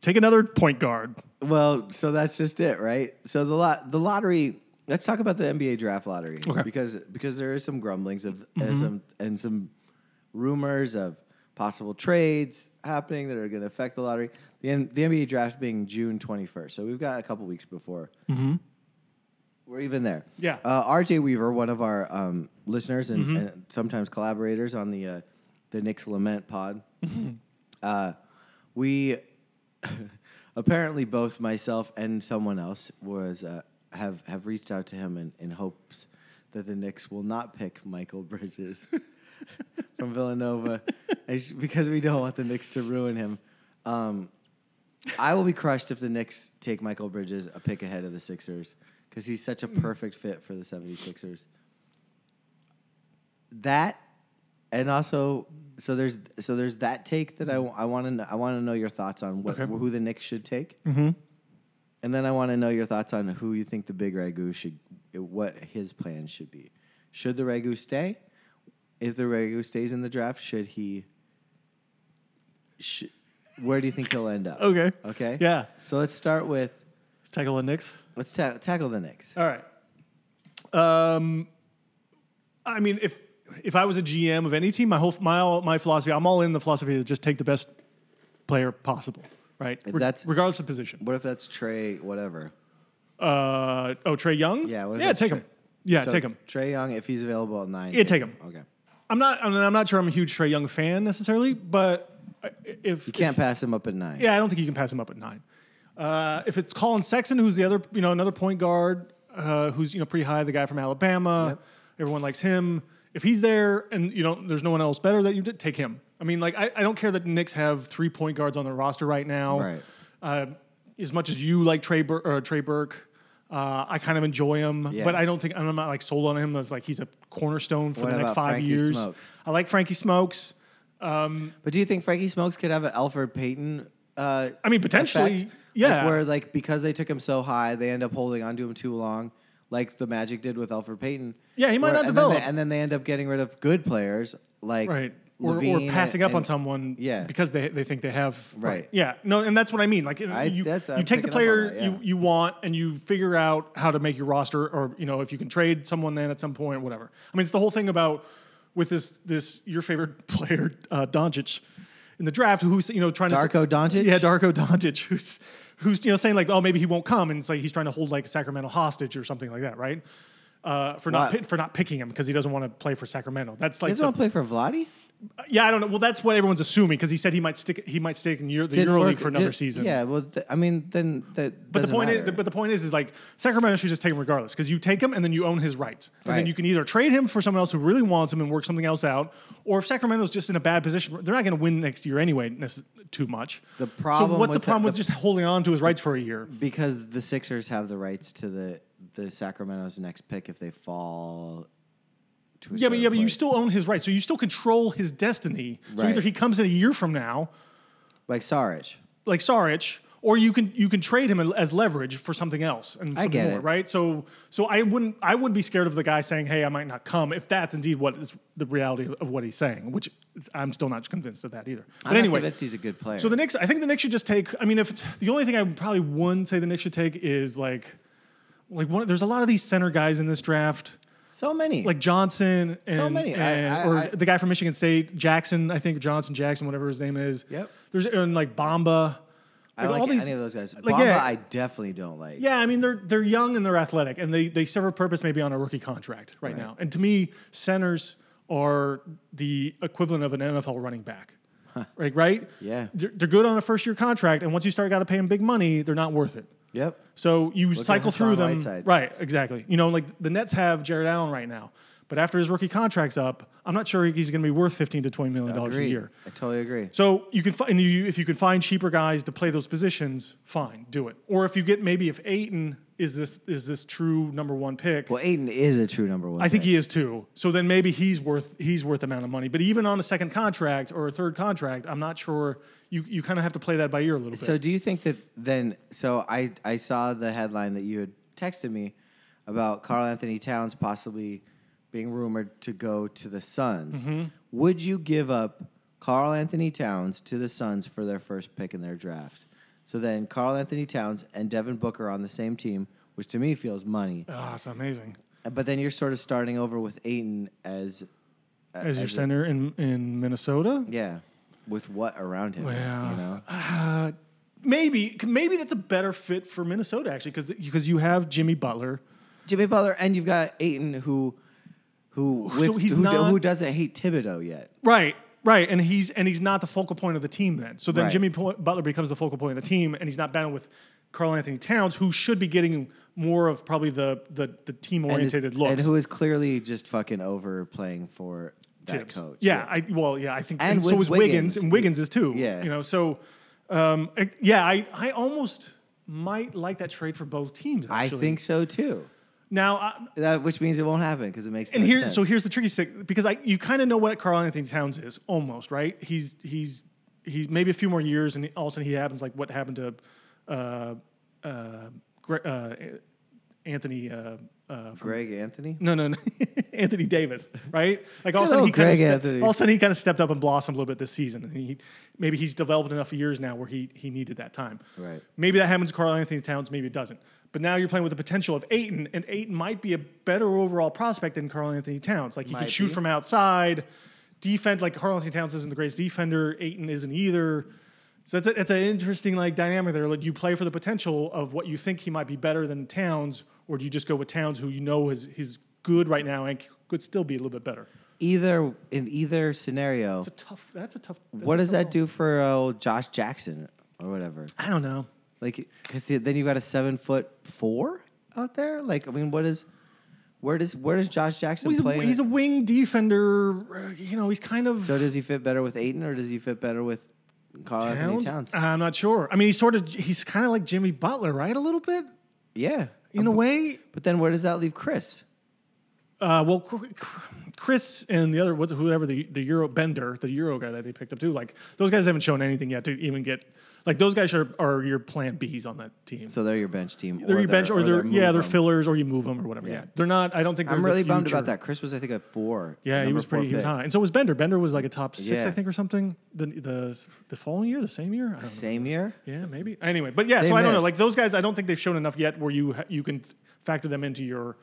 Take another point guard. well, so that's just it, right? So the lot, the lottery. Let's talk about the NBA draft lottery Okay. Mm-hmm. because because there is some grumblings of and some and some rumors of possible trades happening that are going to affect the lottery. The, N- the NBA draft being June 21st, so we've got a couple weeks before. We're even there. Mm-hmm. Yeah. Mm-hmm. Uh, RJ Weaver, one of our um, listeners and, and sometimes collaborators on the uh, the Knicks Lament pod, Mm-hmm. uh, we apparently both myself and someone else was uh, have have reached out to him in, in hopes that the Knicks will not pick Michael Bridges from Villanova and sh- because we don't want the Knicks to ruin him. Um, I will be crushed if the Knicks take Michael Bridges a pick ahead of the Sixers because he's such a Hmm. perfect fit for the 76ers. That and also so there's so there's that take that I, want to know, I want to know your thoughts on what Hmm. Okay. who the Knicks should take. Mm-hmm. And then I want to know your thoughts on who you think the big Ragu should what his plan should be. Should the Ragu stay? If the Ragu stays in the draft, should he sh- where do you think he'll end up? Okay. Okay. Yeah. So let's start with Tackle the Knicks. let's ta- tackle the Knicks. All right. Um, I mean, if if I was a GM of any team, my whole my all, my philosophy, I'm all in the philosophy to just take the best player possible, right? If that's- regardless of position. What if that's Trey? Whatever. Uh, oh, Trey Young. Yeah, what if yeah, it's take Trae- him. Yeah, So take him. Trey Young, if he's available at nine. Yeah, take him. Okay. I'm not. I'm, I'm not sure. I'm a huge Trey Young fan necessarily, but I- if You can't pass him up at nine. yeah, I don't think you can pass him up at nine. Uh, if it's Colin Sexton, who's the other, you know, another point guard, uh, who's you know pretty high, the guy from Alabama, everyone likes him. If he's there, and you know, there's no one else better that you did, take him. I mean, like I, I don't care that Knicks have three point guards on their roster right now. Right. Uh, as much as you like Trey Bur- or Trey Burke. Uh, I kind of enjoy him, Yeah. but I don't think I'm not like sold on him as like he's a cornerstone for What the next about five Frankie years. Smokes? I like Frankie Smokes. But do you think Frankie Smokes could have an Alfred Payton? Uh, I mean, potentially, effect? Like, yeah. where like because they took him so high, they end up holding onto him too long, like the Magic did with Alfred Payton. Yeah, he might not and then they- develop. and then they end up getting rid of good players like right or, or Levine passing up and- on someone Yeah. because they, they think they have Right. yeah no and that's what i mean like I- you, that's- you I'm take the picking up on player that, yeah. you, you want and you figure out how to make your roster or you know if you can trade someone then at some point whatever i mean it's the whole thing about with this this your favorite player uh, Doncic in the draft who's you know trying to Darko Doncic. yeah, Darko Doncic, who's who's you know saying like, oh, maybe he won't come, and it's like he's trying to hold like Sacramento hostage or something like that, right? Uh, for not Why- pi- for not picking him because he doesn't want to play for Sacramento. That's He like doesn't the- want to play for Vladi. yeah, I don't know. Well, that's what everyone's assuming because he said he might stick he might stick in Euro, the Didn't EuroLeague work- for another did- season. Yeah, well, th- I mean, then that. But the doesn't point matter. is, but the point is, is like Sacramento should just take him regardless because you take him and then you own his rights, and then Right. you can either trade him for someone else who really wants him and work something else out, or if Sacramento's just in a bad position, they're not going to win next year anyway nec- too much. The problem So what's the with that- problem with the- just holding on to his rights for a year? because the Sixers have the rights to the the Sacramento's next pick if they fall. To a Yeah, but certain yeah, but you place. still own his rights, so you still control his destiny. So Right. either he comes in a year from now, like Saric. like Saric, or you can you can trade him as leverage for something else and something get more, it. right? So so I wouldn't I would be scared of the guy saying, "Hey, I might not come," if that's indeed what is the reality of what he's saying, which I'm still not convinced of that either. But I'm not anyway, convinced he's a good player. so the Knicks, I think the Knicks should just take. I mean, if the only thing I probably wouldn't say the Knicks should take is like like one. There's a lot of these center guys in this draft. so many Like Johnson, and, So many. I- and- I- or I- the guy from Michigan State, Jackson. I think Johnson Jackson, whatever his name is. Yep. There's and like Bamba. I Like, don't like all these- any of those guys. like, Bamba, yeah. I definitely don't like. Yeah, I mean they're they're young and they're athletic and they they serve a purpose maybe on a rookie contract right, now. And to me, centers are the equivalent of an NFL running back. Right, right? Yeah. They're, they're good on a first year contract and once you start got to pay them big money, they're not worth it. Yep. So you at cycle Hassan through them. Whiteside. Right, exactly. You know, like the Nets have Jared Allen right now, but after his rookie contract's up, I'm not sure he's going to be worth 15 to 20 million dollars a Agreed. year. I totally agree. So you can find you, if you can find cheaper guys to play those positions, fine, do it. Or if you get maybe if Aiton is this is this true number one pick, Well, Aiden is a true number one. I think he is too. So then maybe he's worth he's worth the amount of money. But even on a second contract or a third contract, I'm not sure. You you kind of have to play that by ear a little bit. So do you think that then? So I I saw the headline that you had texted me about Carl Anthony Towns possibly being rumored to go to the Suns. Would you give up Carl Anthony Towns to the Suns for their first pick in their draft? So then Carl Anthony Towns and Devin Booker on the same team, which to me feels money. Ah, it's amazing. But then you're sort of starting over with Aiton as As your Uh, as a- center in in Minnesota, yeah, with what around him, Well, you know. Uh, maybe maybe that's a better fit for Minnesota actually because because you have Jimmy Butler. Jimmy Butler, and you've got Aiton who, who with, he's who, do- not- who doesn't hate Thibodeau yet. Right, right, and he's and he's not the focal point of the team then. So then Right. Jimmy po- Butler becomes the focal point of the team, and he's not battling with Carl Anthony Towns, who should be getting more of probably the the, the team And, is- oriented looks. and who is clearly just fucking over playing for that tips. coach. Yeah, I well, yeah, I think, And and, so with is Wiggins, Wiggins. and Wiggins is too. Yeah. you know, so um, I- yeah, I I almost might like that trade for both teams. I Actually, think so too. now. I, That which means it won't happen because it makes and no here, sense. so here's the tricky thing because I, you kind of know what Carl Anthony Towns is almost, right? He's he's he's maybe a few more years, and all of a sudden he happens like what happened to uh, uh, Gre- uh, Anthony. Uh, uh, Greg Anthony. no, no, no. Anthony Davis, right? Like all of a Good sudden old he kind Greg of Anthony. all of a sudden he kind of stepped up and blossomed a little bit this season, and he maybe he's developed enough years now where he he needed that time. Right. Maybe that happens to Carl Anthony Towns, maybe it doesn't. But now you're playing with the potential of Aiton, and Aiton might be a better overall prospect than Carl Anthony Towns. Like he can Might shoot be. from outside, defend. Like Carl Anthony Towns isn't the greatest defender. Aiton isn't either. So it's, a, it's an interesting like dynamic there. Like you play for the potential of what you think he might be better than Towns, or do you just go with Towns, who you know is he's good right now and c- could still be a little bit better? Either in either scenario, It's a tough. That's a tough. that's what a does tough that do for uh, old Josh Jackson or whatever? call. I don't know. Like, because then you got a seven foot four out there. Like, I mean, what is where does where does Josh Jackson Well, he's, play? a, he's a wing defender. uh, You know, he's kind of so does he fit better with Aiden or does he fit better with Carl Anthony Towns. Uh, Towns? I'm not sure. I mean, he's sort of he's kind of like Jimmy Butler, right? A little bit yeah, in a way. but then where does that leave Chris? Uh, well, Cr- Cr- Chris and the other what's- whoever the the Euro Bender, the Euro guy that they picked up too. Like those guys haven't shown anything yet to even get. Like those guys are, are your plan Bs on that team. So they're your bench team. they're your bench, or they're, yeah, they're move-em. fillers, or you move them or whatever. Yeah, Yeah. they're not. I don't think they're I'm the really bummed future. about that. Chris was, I think, at four. Yeah, he number was four pretty he was pick. high, and so was Bender. Bender was like a top six, I Yeah. think, or something. The the the following year, the same year. I don't know. Same year. Yeah, maybe. Anyway, but yeah, They so I don't know. missed. Like those guys, I don't think they've shown enough yet where you ha- you can th- factor them into your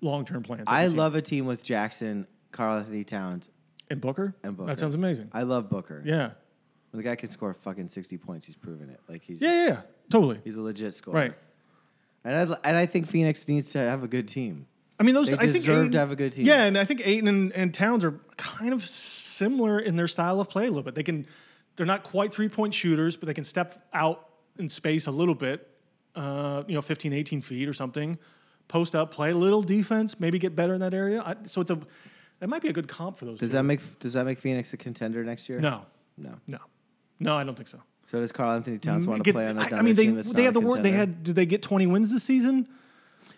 long term plans. as I a team. love a team with Jackson, Carl Anthony Towns. and Booker. And Booker. That sounds amazing. I love Booker. yeah. When the guy can score fucking 60 points, he's proven it. Like he's yeah, yeah, yeah, totally. he's a legit scorer. Right. And I and I think Phoenix needs to have a good team. I mean, those They I think deserve Ayton- to have a good team. Yeah, and I think Aiton and, and Towns are kind of similar in their style of play a little bit. They can, they're not quite three point shooters, but they can step out in space a little bit, uh, you know, 15, 18 feet or something, post up, play a little defense, maybe get better in that area. I, so it's a, that might be a good comp for those. Does two. that make does that make Phoenix a contender next year? no, No. no, no? I don't think so. So does Carl Anthony Towns want to Get- play on Mm, I- another I mean, they team that's they not had the a wor- they contender? had did they get twenty wins this season?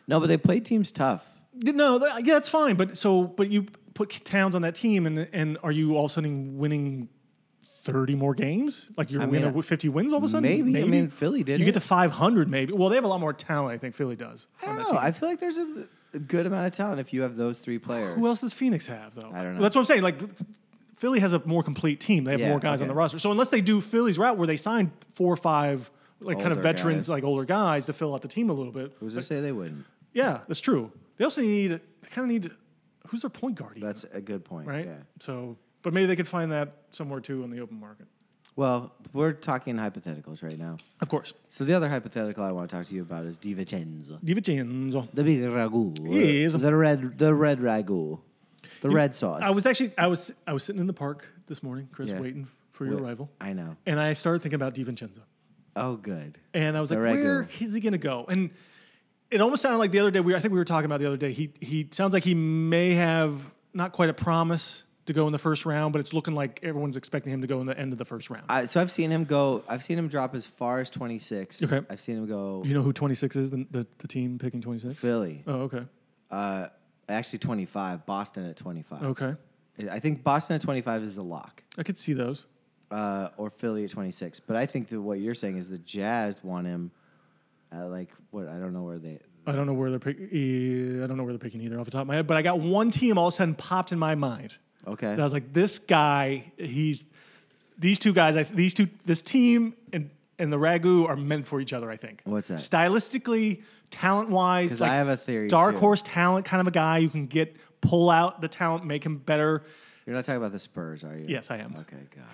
No, but they play teams tough. No, th- yeah, that's fine. But so, but you put Towns on that team, and and are you all of a sudden winning thirty more games? Like you're I mean, winning fifty wins all of a sudden? Maybe. I mean Philly did you it. get to five hundred, maybe. Well, they have a lot more talent. I think Philly does. I don't know. I feel like there's a, a good amount of talent if you have those three players. Who else does Phoenix have though? I don't know. That's what I'm saying. Like. Philly has a more complete team. They have Yeah, more guys on the okay. roster. So unless they do Philly's route where they sign four or five like kind of Older veterans, guys. like older guys to fill out the team a little bit. Who's to say they wouldn't? Yeah, that's true. They also need they kind of need who's their point guard? even? That's a good point. right? Yeah. So, but maybe they could find that somewhere too in the open market. Well, we're talking hypotheticals right now. Of course, So the other hypothetical I want to talk to you about is DiVincenzo. DiVincenzo. The big ragu. Yes. The red the red ragu. The red sauce. I was actually I was I was sitting in the park this morning, Chris, Yeah. waiting for your Wait, arrival, I know. and I started thinking about DiVincenzo, Oh good. and I was The like, ragu. where is he going to go? And it almost sounded like the other day. We I think we were talking about the other day. He he sounds like he may have not quite a promise to go in the first round, but it's looking like everyone's expecting him to go in the end of the first round. I, so I've seen him go I've seen him drop as far as twenty six. Okay. I've seen him go Do you know who 26 is? The, the, the team picking 26. Philly. Oh, okay, Uh, actually twenty five, Boston at twenty five. okay. I think Boston at twenty five is the lock. I could see those. Uh, or Philly at twenty six. But I think that what you're saying is the Jazz want him at like what I don't know where they I don't know where they're picking. I don't know where they're picking either off the top of my head. But I got one team all of a sudden popped in my mind, Okay. and I was like, "This guy, he's these two guys. I, these two, this team, and and the ragu are meant for each other. I think. What's that? Stylistically, talent wise, 'Cause I have a theory, Dark too. horse talent, kind of a guy you can get, pull out the talent, make him better. You're not talking about the Spurs, are you? Yes, I am. Okay, God.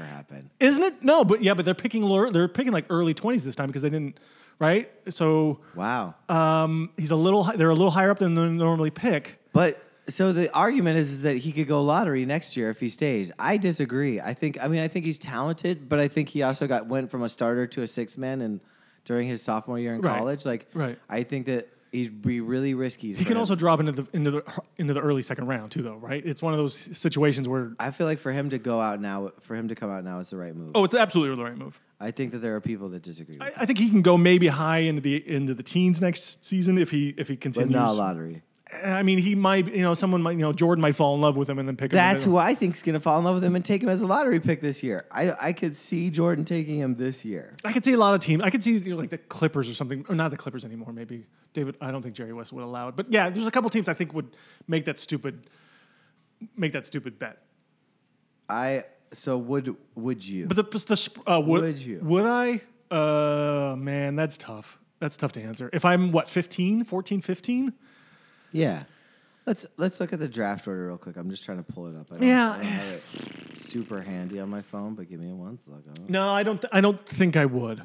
happened. Isn't it? No, but yeah, but they're picking. lur- They're picking like early twenties this time because they didn't. Right. So Wow. um, he's a little. hi- They're a little higher up than they normally pick. But so the argument is, is that he could go lottery next year if he stays. I disagree. I think I mean I think he's talented, but I think he also got went from a starter to a sixth man and during his sophomore year in Right. college. Like Right. I think that he'd be really risky. He can also drop into the into the into the early second round too, though, right? It's one of those situations where I feel like for him to go out now, for him to come out now is the right move. oh, it's absolutely the right move. I think that there are people that disagree with I, that, I think he can go maybe high into the into the teens next season if he if he but continues. not lottery. I mean, he might you know someone might you know Jordan might fall in love with him and then pick That's him. who I think's gonna fall in love with him and take him as a lottery pick this year. I I could see Jordan taking him this year. I could see a lot of teams. I could see you know, like the Clippers or something, or not the Clippers anymore. Maybe David. I don't think Jerry West would allow it, but yeah, there's a couple teams I think would make that stupid make that stupid bet. I so would would you? But the, but the sp- uh, would, Would you? Would I? Uh, man, that's tough. That's tough to answer. If I'm what 15, 14, 15, yeah. Let's let's look at the draft order real quick. I'm just trying to pull it up. I don't, Yeah. I don't have it super handy on my phone, but give me one second. No, I don't. Th- I don't think I would.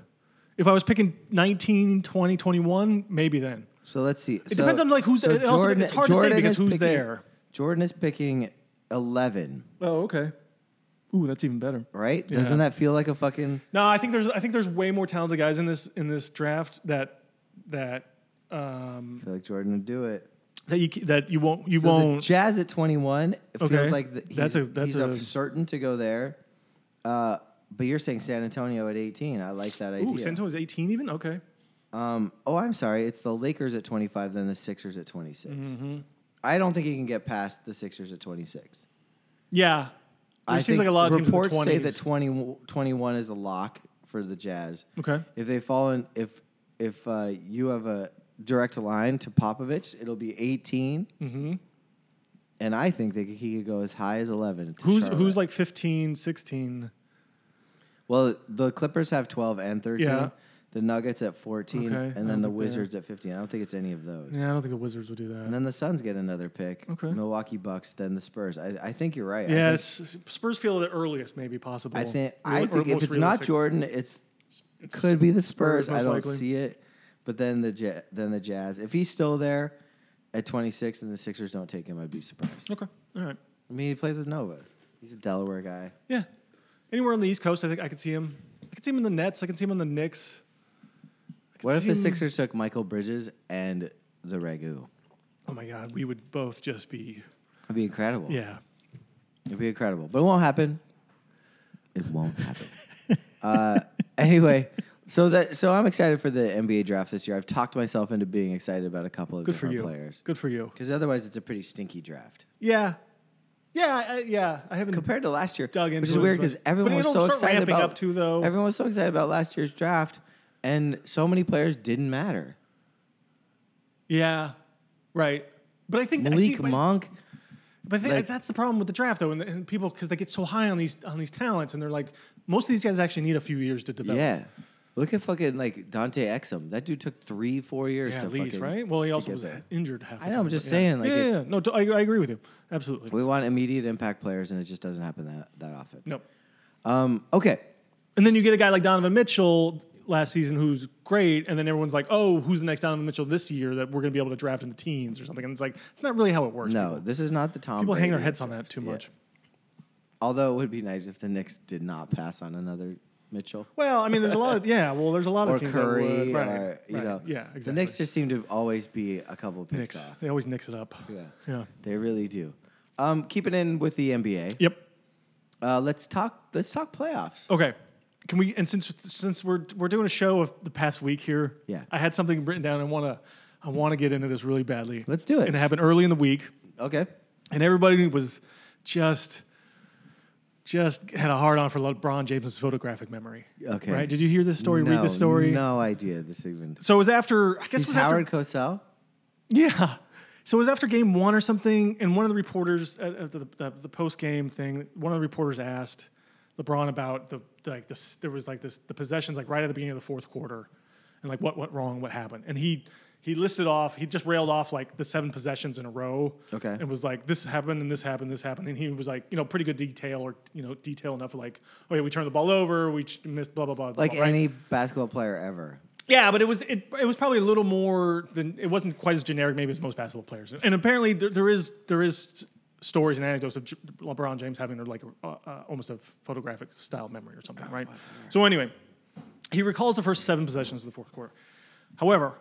If I was picking 19, 20, 21, maybe then. So let's see. It depends on, like, who's- it also- it's hard to say because who's there. Jordan is picking eleven, Oh, okay. Ooh, that's even better. right? Doesn't that feel like a fucking No, I think there's I think there's way more talented guys in this in this draft that that um, I feel like Jordan would do it? that you c- that you won't you So the won't. Jazz at 21 it Okay. feels like the, he's, That's a- that's he's a- certain to go there. Uh, but you're saying San Antonio at 18. I like that idea. Ooh, San Antonio's 18 even. Okay. Um, oh, I'm sorry. It's the Lakers at 25, then the Sixers at 26. Mm-hmm. I don't think he can get past the Sixers at 26. Yeah. There I seems think like a lot of teams in the reports say 20s. that 20, 21 is the lock for the Jazz. Okay. If they fall in, if if uh, you have a direct line to Popovich, it'll be 18. Mm-hmm. And I think that he could go as high as 11. to Who's Charlotte. who's like 15, 16? Well, the Clippers have 12 and 13. Yeah. The Nuggets at 14, Okay, I and don't then the think they- Wizards at 15. I don't think it's any of those. Yeah, I don't think the Wizards would do And that. then the Suns get another pick. Okay. Milwaukee Bucks, then the Spurs. I, I think you're right. Yeah, it's, Spurs feel the earliest maybe possible. I Real- think I or think, I think if most it's not realistic. Jordan, it's could be the Spurs. most I don't likely. see it. But then the Ja- then the Jazz. If he's still there at 26 and the Sixers don't take him, I'd be surprised. Okay. All right. I mean, he plays with Nova. He's a Delaware guy. Yeah. Anywhere on the East Coast, I think I could see him. I could see him in the Nets. I could see him in the Knicks. I could What if see the him- Sixers took Michael Bridges and the Ragu? Oh my God, we would both just be. It'd be incredible. Yeah. It'd be incredible, but it won't happen. It won't happen. uh, anyway, so that so I'm excited for the NBA draft this year. I've talked myself into being excited about a couple of Good for different you. players Good for you. because otherwise it's a pretty stinky draft Yeah. Yeah. I, yeah. I haven't. compared to last year, Mm. Dug which into is it weird as much. because everyone But was it'll so start excited ramping about up to, though. everyone was so excited about last year's draft, and so many players didn't matter. yeah. Right. But I think I see- Malik but- Monk, But they, Like- that's the problem with the draft, though, and, and people because they get so high on these on these talents, and they're like, most of these guys actually need a few years to develop. yeah. Look at fucking like Dante Exum. That dude took three, four years Yeah, to at least, fucking right? Well, he to also get was there. injured half. The I know, time, I'm but just yeah. saying, like, yeah, it's- yeah, yeah. no, I, I agree with you. Absolutely. We want immediate impact players, and it just doesn't happen that, that often. no. Mm. Um, okay. And then you get a guy like Donovan Mitchell last season who's great, and then everyone's like, oh, who's the next Donovan Mitchell this year that we're going to be able to draft in the teens or something? And it's like, it's not really how it works. No, People, this is not the Tom. people hang their Brady heads on that draft. too Yeah. much. Although it would be nice if the Knicks did not pass on another Mitchell Well, I mean, there's a lot of, yeah, well, there's a lot or of teams that would- Curry, right, or you right. know, Yeah, exactly. The Knicks just seem to always be a couple picks Knicks. off. They always nix it up. Yeah, Yeah. they really do. Um, keeping in with the NBA, Yep. uh, let's talk. Let's talk playoffs. Okay. Can we? And since since we're we're doing a show of the past week here, Yeah. I had something written down. I wanna I wanna get into this really badly. Let's do it. And it happened early in the week, Okay, and everybody was just just had a hard on for LeBron James's photographic memory. Okay. Right? Did you hear this story? No- read the story. No idea. This even So it was after I guess is it was after Howard Cosell. yeah. So it was after game one or something, and one of the reporters at, at the, the, the post game thing, one of the reporters asked LeBron about the like this. There was like this the possessions like right at the beginning of the fourth quarter, and like what went wrong, what happened, and he he listed off he just railed off like the seven possessions in a row. Okay. And was like this happened and this happened, this happened, and he was like you know pretty good detail or you know detail enough like oh yeah we turned the ball over we ch- missed blah blah blah blah, Like right? any basketball player ever. Yeah, but it was it, it was probably a little more than it wasn't quite as generic maybe as most basketball players. And apparently there, there is there is s- stories and anecdotes of J- LeBron James having like a, uh, almost a photographic style memory or something, right? So anyway, he recalls the first seven possessions of the fourth quarter. However,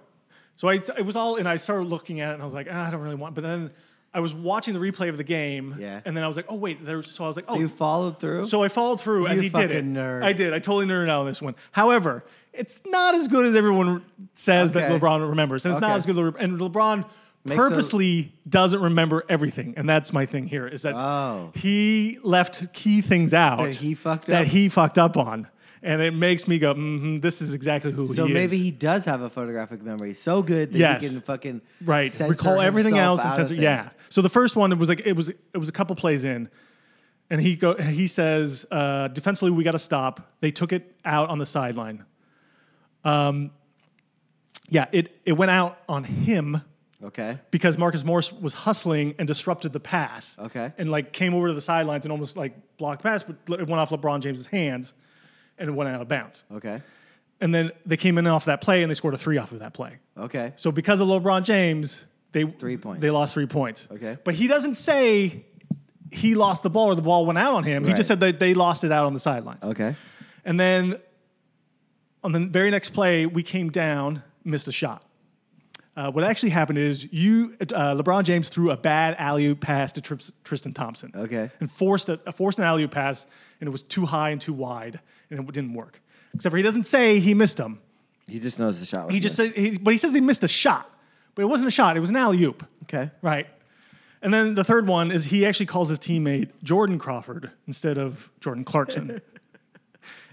so I it was all and I started looking at it and I was like, ah, I don't really want. But then I was watching the replay of the game, Yeah. and then I was like, oh wait, there's so I was like, So oh, you followed through. so I followed through as You he did it. fucking nerd. I did. I totally nerded out on this one. However, it's not as good as everyone says Okay. that LeBron remembers, and it's Okay. not as good. Le- And LeBron Makes a- purposely doesn't remember everything, and that's my thing here is that Oh. he left key things out That he fucked that up? he fucked up on, and it makes me go, mm "This is exactly who So he is." maybe he does have a photographic memory so good that Yes. he can fucking right censor recall everything else himself and out of censor things. yeah so the first one it was like it was it was a couple plays in and he go he says uh, defensively we got to stop they took it out on the sideline um yeah it it went out on him Okay. because Marcus Morris was hustling and disrupted the pass. Okay. And like came over to the sidelines and almost like blocked pass, but it went off LeBron James's hands and it went out of bounds. Okay. And then they came in off that play and they scored a three off of that play. Okay. So because of LeBron James, they Three points. They lost three points. Okay. But he doesn't say he lost the ball or the ball went out on him. He Right. Oh. just said that they lost it out on the sidelines. Okay. And then on the very next play, we came down, missed a shot. Uh, what actually happened is you, uh, LeBron James threw a bad alley oop pass to Trips- Tristan Thompson. Okay. And forced a, forced an alley oop pass, and it was too high and too wide, and it didn't work. Except for he doesn't say he missed them. He just knows the shot. Was He just missed. says, he, but he says he missed a shot, but it wasn't a shot. It was an alley oop. okay. Right. And then the third one is he actually calls his teammate Jordan Crawford instead of Jordan Clarkson.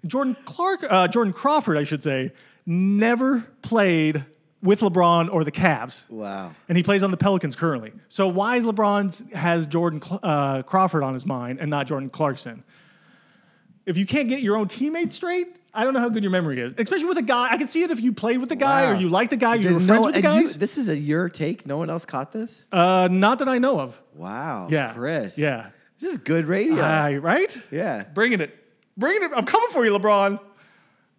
Jordan Clark, uh, Jordan Crawford, I should say, never played with LeBron or the Cavs, Wow. and he plays on the Pelicans currently. So why is LeBron's has Jordan Cl- uh, Crawford on his mind and not Jordan Clarkson? If you can't get your own teammate straight, I don't know how good your memory is. Especially with a guy, I can see it if you played with the guy Wow. or you liked the guy, you were Did friends no- with the and you- guys. this is a your take. No one else caught this. uh, not that I know of. Wow. Yeah. Chris. Yeah. Ah. This is good radio. Aye, right? yeah. Bringing it. Bringing it. I'm coming for you, LeBron.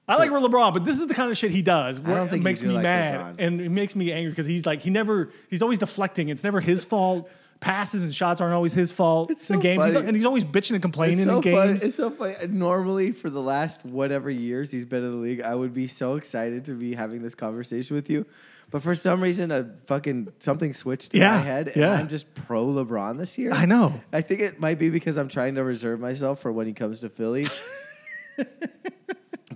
I like LeBron, but this is the kind of shit he does. Where don't think it you makes do me like mad LeBron. and it makes me angry because he's like he never he's always deflecting. It's never his fault. Passes and shots aren't always his fault. It's in so games, He's- funny. and he's always bitching and complaining It's so in funny. games. It's so funny. Normally, for the last whatever years he's been in the league, I would be so excited to be having this conversation with you. But for some reason, a fucking something switched in Yeah, my head, and yeah. I'm just pro LeBron this year. I know. I think it might be because I'm trying to reserve myself for when he comes to Philly.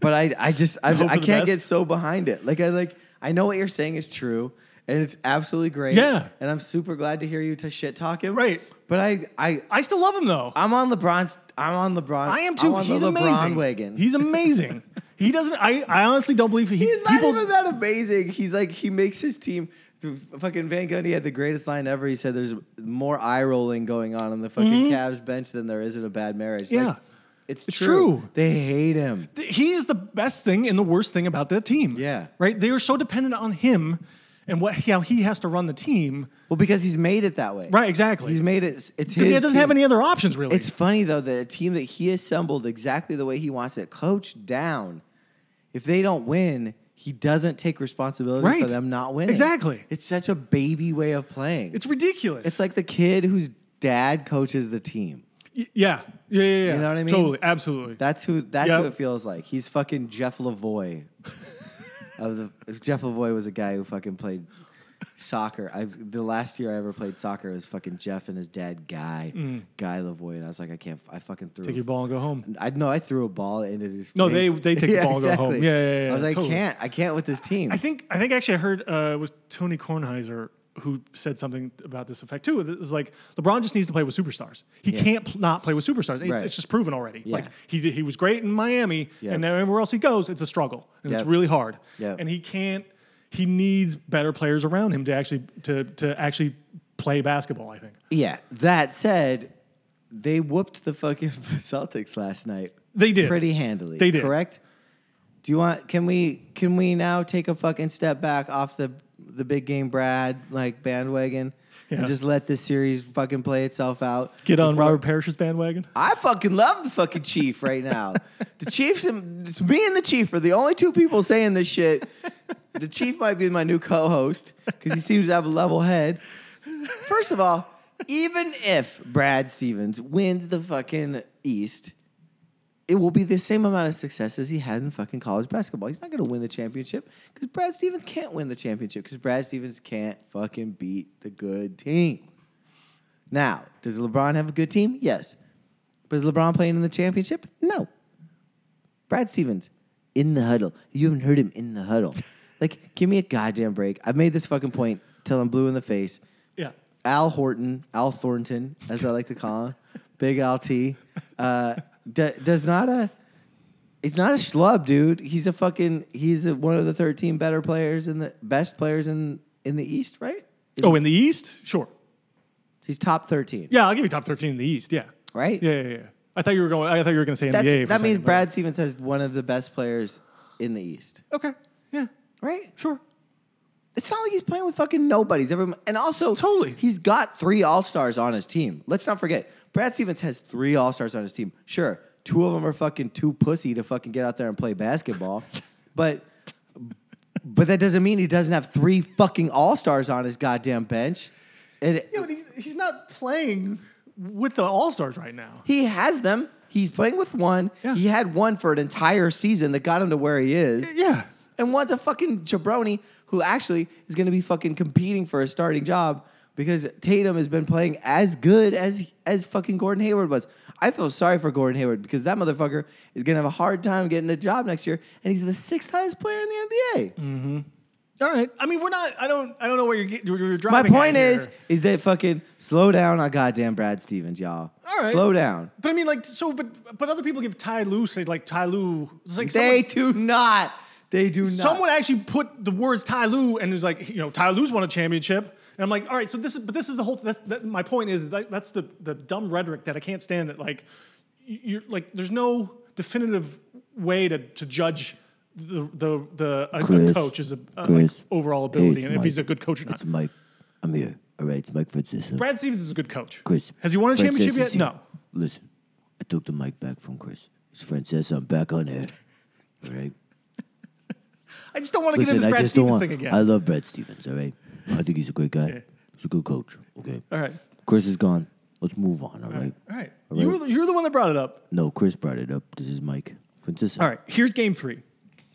but I, I just, I, Hope for I the can't get best. so behind it. Like I like, I know what you're saying is true, and it's absolutely great. Yeah. and I'm super glad to hear you to shit talk him. Right. But I, I, I still love him though. I'm on LeBron's. I'm on LeBron. I am too. I'm on he's the LeBron amazing. wagon. He's amazing. he doesn't. I, I honestly don't believe he, He's not people, even that amazing. He's like he makes his team. the Fucking Van Gundy had the greatest line ever. He said, "There's more eye rolling going on on the fucking Cavs bench than there is in a bad marriage." Yeah. like, Mm-hmm. it's, It's true. true. They hate him. th- he is the best thing and the worst thing about that team. Yeah. Right? They are so dependent on him and what how he has to run the team. Well, because he's made it that way. Right, exactly. He's made it. It's his. Because he doesn't have team. any other options really. It's funny though that a team that he assembled exactly the way he wants it, coached down, if they don't win, he doesn't take responsibility for Right. them not winning. Exactly. It's such a baby way of playing. It's, it's ridiculous. like the kid whose dad coaches the team. Y- yeah. yeah. Yeah, yeah, You know what I mean? Totally, absolutely. That's who. That's Yep. who it feels like. He's fucking Jeff Lavoy. of the Jeff Lavoy was a guy who fucking played soccer. I the last year I ever played soccer was fucking Jeff and his dad Guy Guy Lavoy, and I was like, I can't. I fucking threw. Mm. Take a your ball and go home. I know I threw a ball into his. No, face. they- they take the ball and go home. Yeah, yeah, yeah, I was like, totally. I can't, I can't with this team. I think I think actually I heard uh, it was Tony Kornheiser who said something about this effect too. It was like LeBron just needs to play with superstars. He can't pl- not play with superstars. It's, Right. it's just proven already. Yeah. Like he did- he was great in Miami, Yeah. and now everywhere else he goes, it's a struggle and it's Yep. really hard. Yep. And he can't. He needs better players around him to actually to to actually play basketball. I think yeah. That said, they whooped the fucking Celtics last night. they did. pretty handily. They did. Correct. Do you want? Can we? Can we now take a fucking step back off the the big game, Brad, like bandwagon, Yeah. and just let this series fucking play itself out? Get on Before- Robert Parrish's bandwagon. I fucking love the fucking Chief right now. the Chief's and it's me and the Chief are the only two people saying this shit. The Chief might be my new co-host because he seems to have a level head. First of all, even if Brad Stevens wins the fucking East, it will be the same amount of success as he had in fucking college basketball. He's not going to win the championship because Brad Stevens can't win the championship because Brad Stevens can't fucking beat the good team. Now, does LeBron have a good team? Yes. But is LeBron playing in the championship? No. Brad Stevens in the huddle. You haven't heard him in the huddle. like, give me a goddamn break. I've made this fucking point till I'm blue in the face. Yeah. Al Horton, Al Thornton, as I like to call him, Big Al T, uh, d- does not a. He's not a schlub, dude. He's a fucking. He's a, one of the thirteen better players in the best players in in the East, right? Oh, in the East, sure. He's top thirteen, Yeah, I'll give you top thirteen in the East. Yeah. right? Yeah, yeah, yeah. I thought you were going. I thought you were going to say NBA. That's, for a that means second, but- Brad Stevens has one of the best players in the East, Okay. Yeah. right? Sure. It's not like he's playing with fucking nobodies. Everyone, and also Totally. he's got three All Stars on his team. Let's not forget, Brad Stevens has three All Stars on his team. Sure, two of them are fucking too pussy to fucking get out there and play basketball, but but that doesn't mean he doesn't have three fucking All Stars on his goddamn bench. And Yeah, but he's, he's not playing with the All Stars right now. he has them. He's playing with one. Yeah. He had one for an entire season that got him to where he is. Yeah. and one's a fucking jabroni who actually is going to be fucking competing for a starting job because Tatum has been playing as good as as fucking Gordon Hayward was. I feel sorry for Gordon Hayward because that motherfucker is going to have a hard time getting a job next year, and he's the sixth highest player in the NBA. All right. I mean, we're not. I don't. I don't know where you're getting. You're My driving. at point here. is, is that fucking slow down on goddamn Brad Stevens, y'all. All right. slow down. But I mean, like, so, but but other people give Ty Lue say like Ty Lue. It's like They do not. They do not. someone, someone actually put the words Ty Lue and is like, you know, Ty Lue's won a championship, and I'm like, all right, so this is, but this is the whole. That's, that, my point is that, that's the the dumb rhetoric that I can't stand. That like, you- you're like, there's no definitive way to to judge. The the the a, a Chris, coach is a, a like, Chris, overall it's ability, and if Mike. he's a good coach or not. Mike. I'm here. All right, it's Mike Francisco. Brad Stevens is a good coach. Chris. has he won a Francesca's championship yet? here. No. Listen, I took the mic back from Chris. It's Francesca. I'm back on air. All right. I just don't want to get Listen, into this I Brad just don't Stevens want. thing again. I love Brad Stevens. All right. I think he's a great guy. He's a good coach. Okay. all right. Chris is gone. Let's move on. All right. All right. You were, right. the- you're the one that brought it up. No, Chris brought it up. This is Mike. Francesca. All right. Here's game three.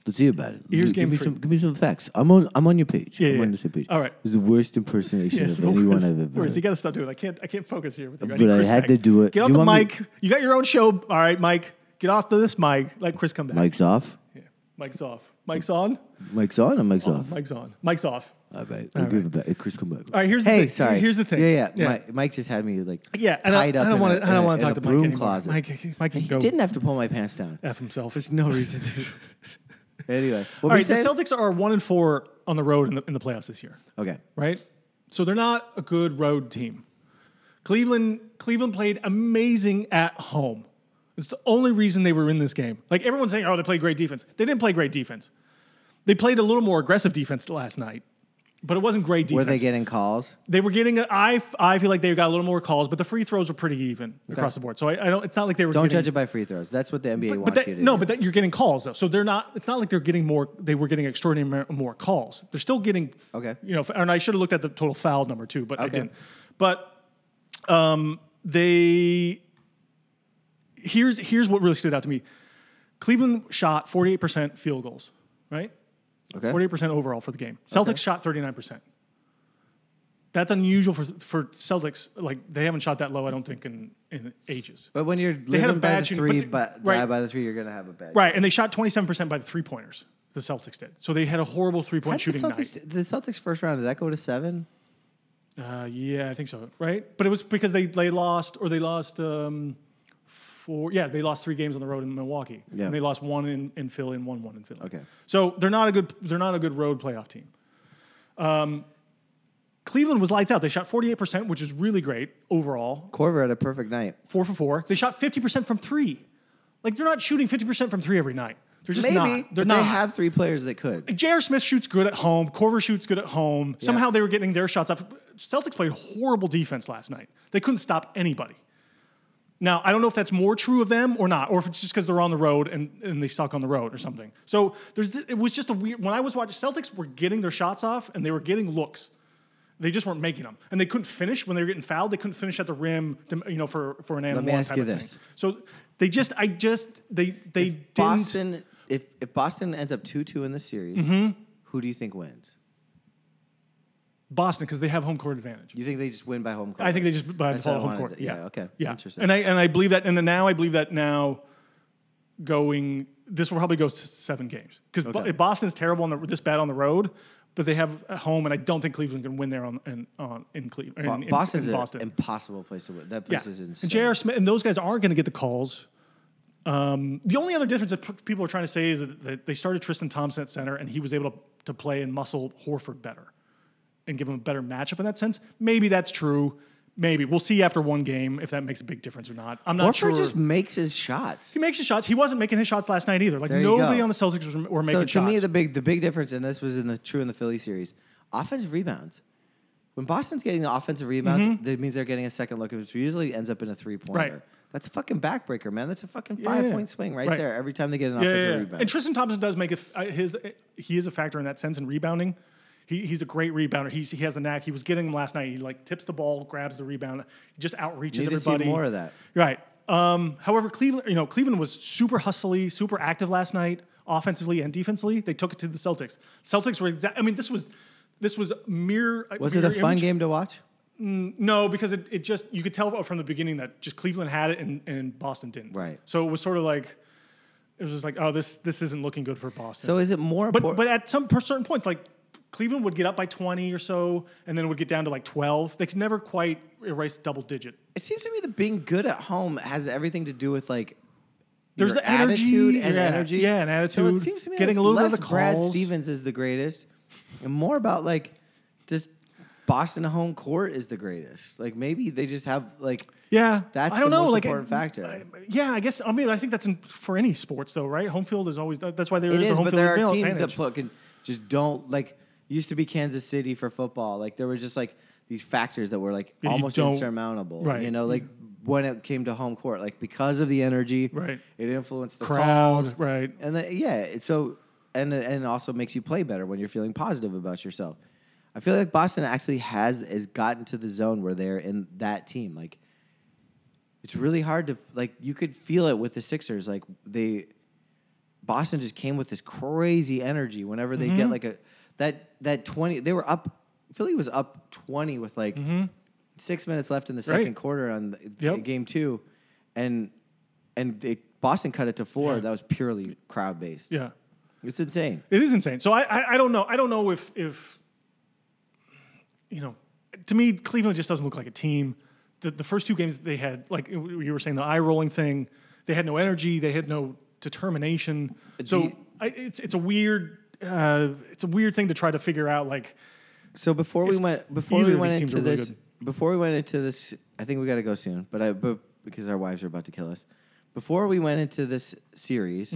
Let's hear about it. Here's give game me three. some. Give me some facts. I'm on. I'm on your page. Yeah, I'm yeah, on yeah. the same page. All right. It's the worst impersonation Yes, of the anyone worst- I've ever. worst. You heard. got to stop doing it. I can't, I can't focus here with you. But need I Chris had back. to do it. Get off You the want me mic. You got your own show. All right, Mike. Get off to this mic. Let Chris come back. Mike's off. Yeah. Mike's off. Mike's on. Mike's on. Or Mike's off. Mike's on. Mike's off. All right. I'll give it back. Hey, Chris, come back. All right. Here's the Hey, thing. sorry. Here's the thing. Yeah, yeah. Mi- Mike just had me like Yeah, and I, I tied up. don't in want a- to. I don't in a- want to in talk a to Mike broom anymore. closet. Mike, Mike can he go didn't have to pull my pants down. f himself. There's no reason to. anyway, All what were you right. The saying? Celtics are one and four on the road in the in the playoffs this year. okay, right? So they're not a good road team. Cleveland Cleveland played amazing at home. It's the only reason they were in this game. Like everyone's saying, oh, they played great defense. They didn't play great defense. They played a little more aggressive defense last night, but it wasn't great were defense. they getting calls? They were getting. A, I f- I feel like they got a little more calls, but the free throws were pretty even across the board. So I, I don't. It's not like they were. Don't getting, judge it by free throws. That's what the NBA but wants that, you to no, do. but that, you're getting calls though. So they're not. It's not like they're getting more. They were getting extraordinary amount more calls. They're still getting. Okay. You know, f- and I should have looked at the total foul number too, but I Okay. didn't. But um, they here's here's what really stood out to me. Cleveland shot 48% field goals, right? Okay. 48% overall for the game. Celtics shot 39%. That's unusual for for Celtics. Like they haven't shot that low, I don't think, in in ages. But when you're had a living by bad the shooting- three, but but, they- right. by the three, you're gonna have a bad. Right, and they shot 27% by the three pointers. The Celtics did. So they had a horrible three How point did the shooting Celtics, the Celtics first round did that go to seven? night. Uh, yeah, I think so. Right, but it was because they they lost or they lost um, four. Yeah, they lost three games on the road in Milwaukee. Yeah. and they lost one in, in Philly and one one in Philly. Okay. so they're not a good they're not a good road playoff team. Um, Cleveland was lights out. They shot 48%, which is really great overall. Corver had a perfect night. Four for four. They shot 50% from three. Like they're not shooting 50% from three every night. They're just Maybe not. They're but not. they have three players that could. J.R. Smith shoots good at home. Corver shoots good at home. Somehow they were getting their shots off. Celtics played horrible defense last night. They couldn't stop anybody. Now, I don't know if that's more true of them or not, or if it's just because they're on the road and, and they suck on the road or something. So there's th- it was just a weird when I was watching Celtics were getting their shots off and they were getting looks. They just weren't making them. And they couldn't finish when they were getting fouled. They couldn't finish at the rim to, you know for, for an and me one ask type you of thing. this. So they just I just they they didn't Boston, if if Boston ends up two two in this series, Mm-hmm. who do you think wins? Boston because they have home court advantage. You think they just win by home court? I think they just by That's default what I home wanted court. to- Yeah. yeah, okay. Yeah. Interesting. And I and I believe that, and then now I believe that now, going this will probably go s- seven games because Boston's terrible on the, this bad on the road, but they have at home, and I don't think Cleveland can win there on in, on in Cleveland. Bo- in, Boston's in an Boston. impossible place to win. That yeah. place is And insane. J.R. Smith and those guys aren't going to get the calls. Um, the only other difference that p- people are trying to say is that, that they started Tristan Thompson at center, and he was able to, to play and muscle Horford better and give him a better matchup in that sense. Maybe that's true. Maybe we'll see after one game if that makes a big difference or not. I'm not Horford sure. just makes his shots. he makes his shots. He wasn't making his shots last night either. Like you nobody go. on the Celtics was, were making So to shots. me, the big the big difference, and this was in the true in the Philly series. offensive rebounds. When Boston's getting the offensive rebounds, that means they're getting a second look, which usually ends up in a three pointer. Mm-hmm. Right. That's a fucking backbreaker, man. That's a fucking Yeah. five point swing right, Right. there every time they get an Yeah, offensive yeah, yeah. rebound. And Tristan Thompson does make a f- uh, his. uh, He is a factor in that sense in rebounding. He, he's a great rebounder. He's, he has a knack. He was getting him last night. He like tips the ball, grabs the rebound, just outreaches Need to see everybody. more of that. Right. Um, however, Cleveland, you know, Cleveland was super hustly, super active last night, offensively and defensively. They took it to the Celtics. Celtics were. Exa- I mean, this was this was mere. Was it a mirror fun image- game to watch? No, because it, it just you could tell from the beginning that just Cleveland had it and, and Boston didn't. Right. So it was sort of like it was just like oh this this isn't looking good for Boston. So is it more but important? but at some per certain points like Cleveland would get up by twenty or so and then would get down to like twelve. They could never quite erase double digit. it seems to me that being good at home has everything to do with like There's your the energy, attitude and yeah, energy. yeah, and So it attitude, seems to me getting that a little bit of less the Brad calls. Stevens is the greatest, and more about like just Boston home court is the greatest. Like maybe they just have like Yeah, That's I don't the know, most like, important I- factor. I- yeah, I guess I mean I think that's in, for any sports though, right? Home field is always that's why there is it a is, home but field there are advan- teams that advantage. fucking just don't like. Used to be Kansas City for football. Like there were just like these factors that were like Yeah, you almost don't- insurmountable. right. You know, like when it came to home court, like because of the energy, Right. It influenced the Crowd, calls, right. And the, yeah, it- so and and it also makes you play better when you're feeling positive about yourself. I feel like Boston actually has has gotten to the zone where they're in that team. Like it's really hard to like you could feel it with the Sixers. Like they Boston just came with this crazy energy whenever they get like a that that 20 they were up Philly was up 20 with like 6 minutes left in the second quarter on the, Yep. game 2 and and they, Boston cut it to 4 that was purely crowd based. yeah. It's insane. It is insane. So I, I, I don't know. I don't know if if you know. To me, Cleveland just doesn't look like a team. The the first two games they had, like you were saying, the eye rolling thing. They had no energy. They had no determination. So you- I, it's it's a weird uh, it's a weird thing to try to figure out. Like So before we If went before either we of went these teams into are really this before we went into this I think we got to go soon but I but because our wives are about to kill us before we went into this series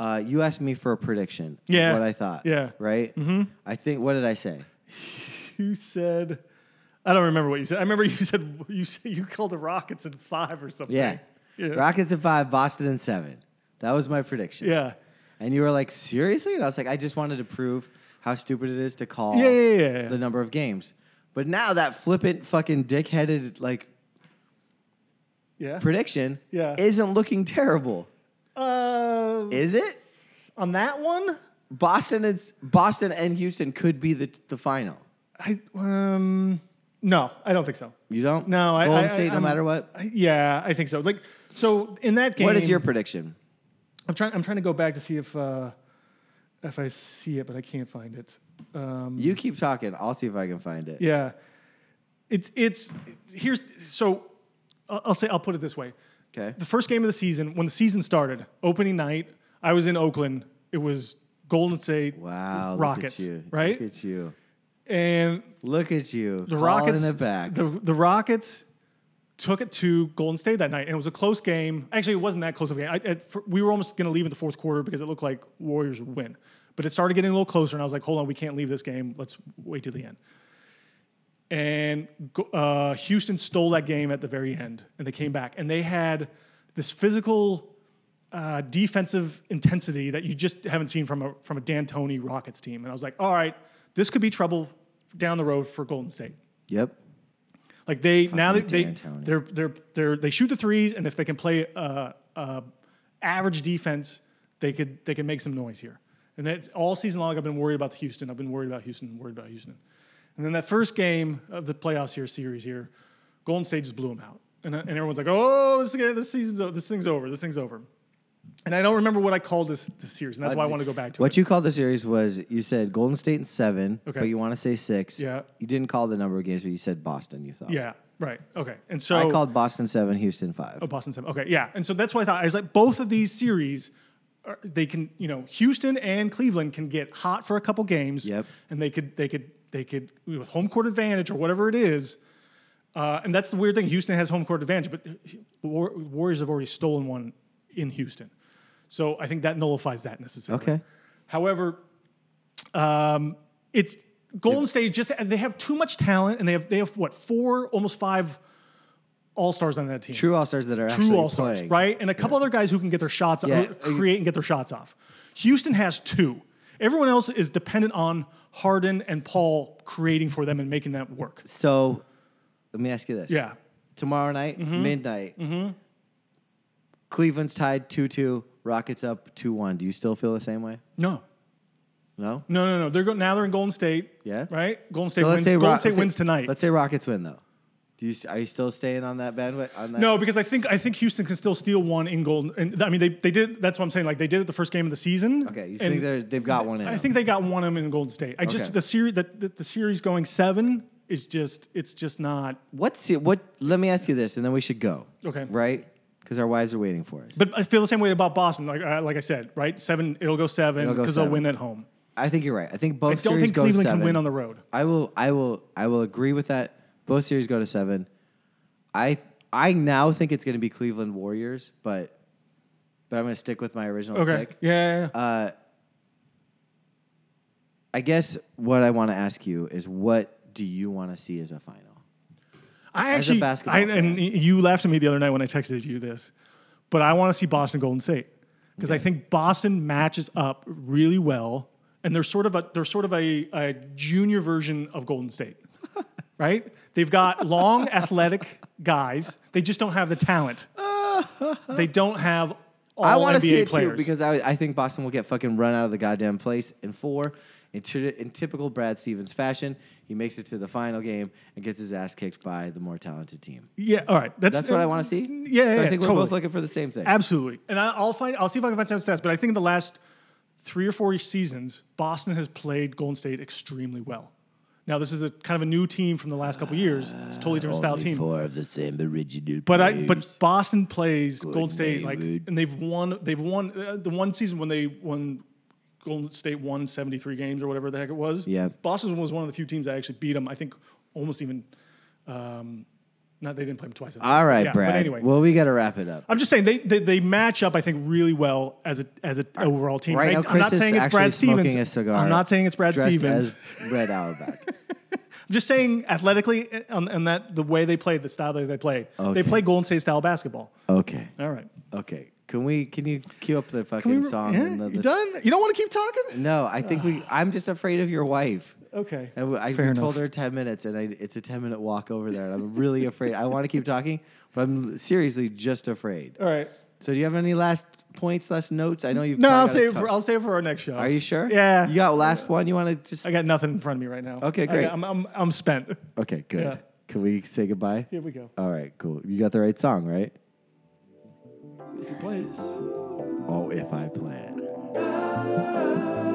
uh, you asked me for a prediction of Mm-hmm. Yeah. what I thought Yeah. Mm-hmm. right I think what did I say you said, I don't remember what you said. I remember you said you said you called the Rockets in five or something. yeah, Yeah. Rockets at five Boston in seven that was my prediction Yeah. and you were like seriously and I was like I just wanted to prove how stupid it is to call Yeah, yeah, yeah, yeah. the number of games but now that flippant fucking dickheaded like Yeah. prediction Yeah. isn't looking terrible. Uh, Is it? on that one, Boston and Boston and Houston could be the, the final. I um no, I don't think so. You don't? No, I Golden I, State, I, no I'm- matter what. I- yeah, I think so. Like so in that game, What is your prediction? I'm trying. I'm trying to go back to see if uh, if I see it, but I can't find it. Um, You keep talking. I'll see if I can find it. yeah, it's it's here's so I'll I'll say I'll put it this way. Okay. The first game of the season, when the season started, opening night, I was in Oakland. It was Golden State Wow. Rockets, Look at you. right? Look at you. and Look at you. the Rockets in the back. The, the Rockets took it to Golden State that night, and it was a close game. Actually, it wasn't that close of a game. I, at, fir- we were almost going to leave in the fourth quarter because it looked like Warriors would win, but it started getting a little closer, and I was like, "Hold on, we can't leave this game. Let's wait till the end." And go- uh, Houston stole that game at the very end, and they came back, and they had this physical uh, defensive intensity that you just haven't seen from a from a D'Antoni Rockets team. And I was like, "All right, this could be trouble down the road for Golden State." yep. Like they now that they D'Antoni. they're, they're they're they shoot the threes, and if they can play uh, uh, average defense, they could they can make some noise here. And that's all season long, I've been worried about the Houston. I've been worried about Houston. Worried about Houston. And then that first game of the playoffs here series here, Golden State just blew them out, and, uh, and everyone's like, "Oh, this this season's o- this thing's over. This thing's over." And I don't remember what I called this, this series, and that's why I want to go back to What it. you called the series was you said Golden State in seven, Okay. but you want to say six. Yeah. You didn't call the number of games, but you said Boston, you thought. yeah, right, okay. And so I called Boston seven, Houston five. Oh, Boston seven. Okay, yeah. And so that's why I thought I was like, both of these series, are, they can, you know, Houston and Cleveland can get hot for a couple games. Yep. And they could, they could, they could with home court advantage or whatever it is. Uh, and that's the weird thing. Houston has home court advantage, but uh, War- Warriors have already stolen one in Houston. So I think that nullifies that necessarily. Okay. However, um, it's Golden State just they have too much talent, and they have they have what four, almost five all stars on that team. True all stars that are True actually all stars, playing. right? And a couple other guys who can get their shots, Yeah. who create and get their shots off. Houston has two. Everyone else is dependent on Harden and Paul creating for them and making that work. So let me ask you this. Yeah, Mm-hmm. Tomorrow night, midnight. Cleveland's tied 2 2, Rockets up 2 1. Do you still feel the same way? no, No? no, no, no. They're go- now they're in Golden State. Yeah. right. Golden State So wins. Golden Rock- State let's say- wins tonight. Let's say Rockets win, though. Do you, are you still staying on that bandwidth? On that? No, because I think I think Houston can still steal one in Golden. And I mean, they, they did. That's what I'm saying. Like they did it the first game of the season. Okay, you and think they're, they've got one in? I them. think they got one of them in Golden State. I just Okay. the series that the, the series going seven is just it's just not. What's it, what? Let me ask you this, and then we should go. Okay. Right? Because our wives are waiting for us. But I feel the same way about Boston. Like I like I said, right? Seven, it'll go seven It'll go because they'll seven. win at home. I think you're right. I think both. I don't series think go Cleveland to can seven. win on the road. I will. I will. I will agree with that. Both series go to seven. I I now think it's going to be Cleveland Warriors, but but I'm going to stick with my original Okay. pick. Yeah. yeah, yeah. Uh, I guess what I want to ask you is, what do you want to see as a final? I as a actually. basketball I, fan. and you laughed at me the other night when I texted you this, but I want to see Boston Golden State because I think Boston matches up really well, and they're sort of a they're sort of a, a junior version of Golden State, right? They've got long, athletic guys. They just don't have the talent. They don't have. All I want to NBA see it players. too because I, I think Boston will get fucking run out of the goddamn place in four. In, ty- in typical Brad Stevens fashion, he makes it to the final game and gets his ass kicked by the more talented team. yeah, all right, that's That's what I want to see. Yeah, yeah, so I yeah, think we're totally. both looking for the same thing. Absolutely. And I, I'll find I'll see if I can find some stats, but I think in the last three or four seasons, Boston has played Golden State extremely well. Now this is a kind of a new team from the last couple years. It's a totally different style Only team. Four of the same original. But I players. but Boston plays Golden State like neighborhood. and they've won they've won uh, the one season when they won Golden State won 73 games or whatever the heck it was. Yeah. Boston was one of the few teams that actually beat them. I think almost even um, not they didn't play them twice. I think. All right, Yeah, Brad. But anyway, Well, we got to wrap it up. I'm just saying they, they they match up, I think, really well as a as an overall team. Right now, I'm Chris not is saying it's actually Brad smoking Stevens. a cigar. I'm not saying it's Brad dressed Stevens. as Red Auerbach. I'm just saying athletically eh, on, on that the way they play, the style that they play, Okay. they play Golden State style basketball. okay, All right, okay. Can we? Can you cue up the Can fucking we- song? yeah, and the, you the- done? You don't want to keep talking? No, I think we. I'm just afraid of your wife. Okay, And I Fair we told enough. her ten minutes, and I, it's a ten minute walk over there, and I'm really afraid. I want to keep talking, but I'm seriously just afraid. all right. So, do you have any last points, last notes? I know you've. No, I'll probably got a save ton. for, I'll save for our next show. Are you sure? Yeah. You got last one. You want to just? I got nothing in front of me right now. Okay, I great. got- I'm, I'm I'm spent. Okay, good. Yeah. Can we say goodbye? Here we go. All right, cool. You got the right song, right? Play it. Oh, if I play it.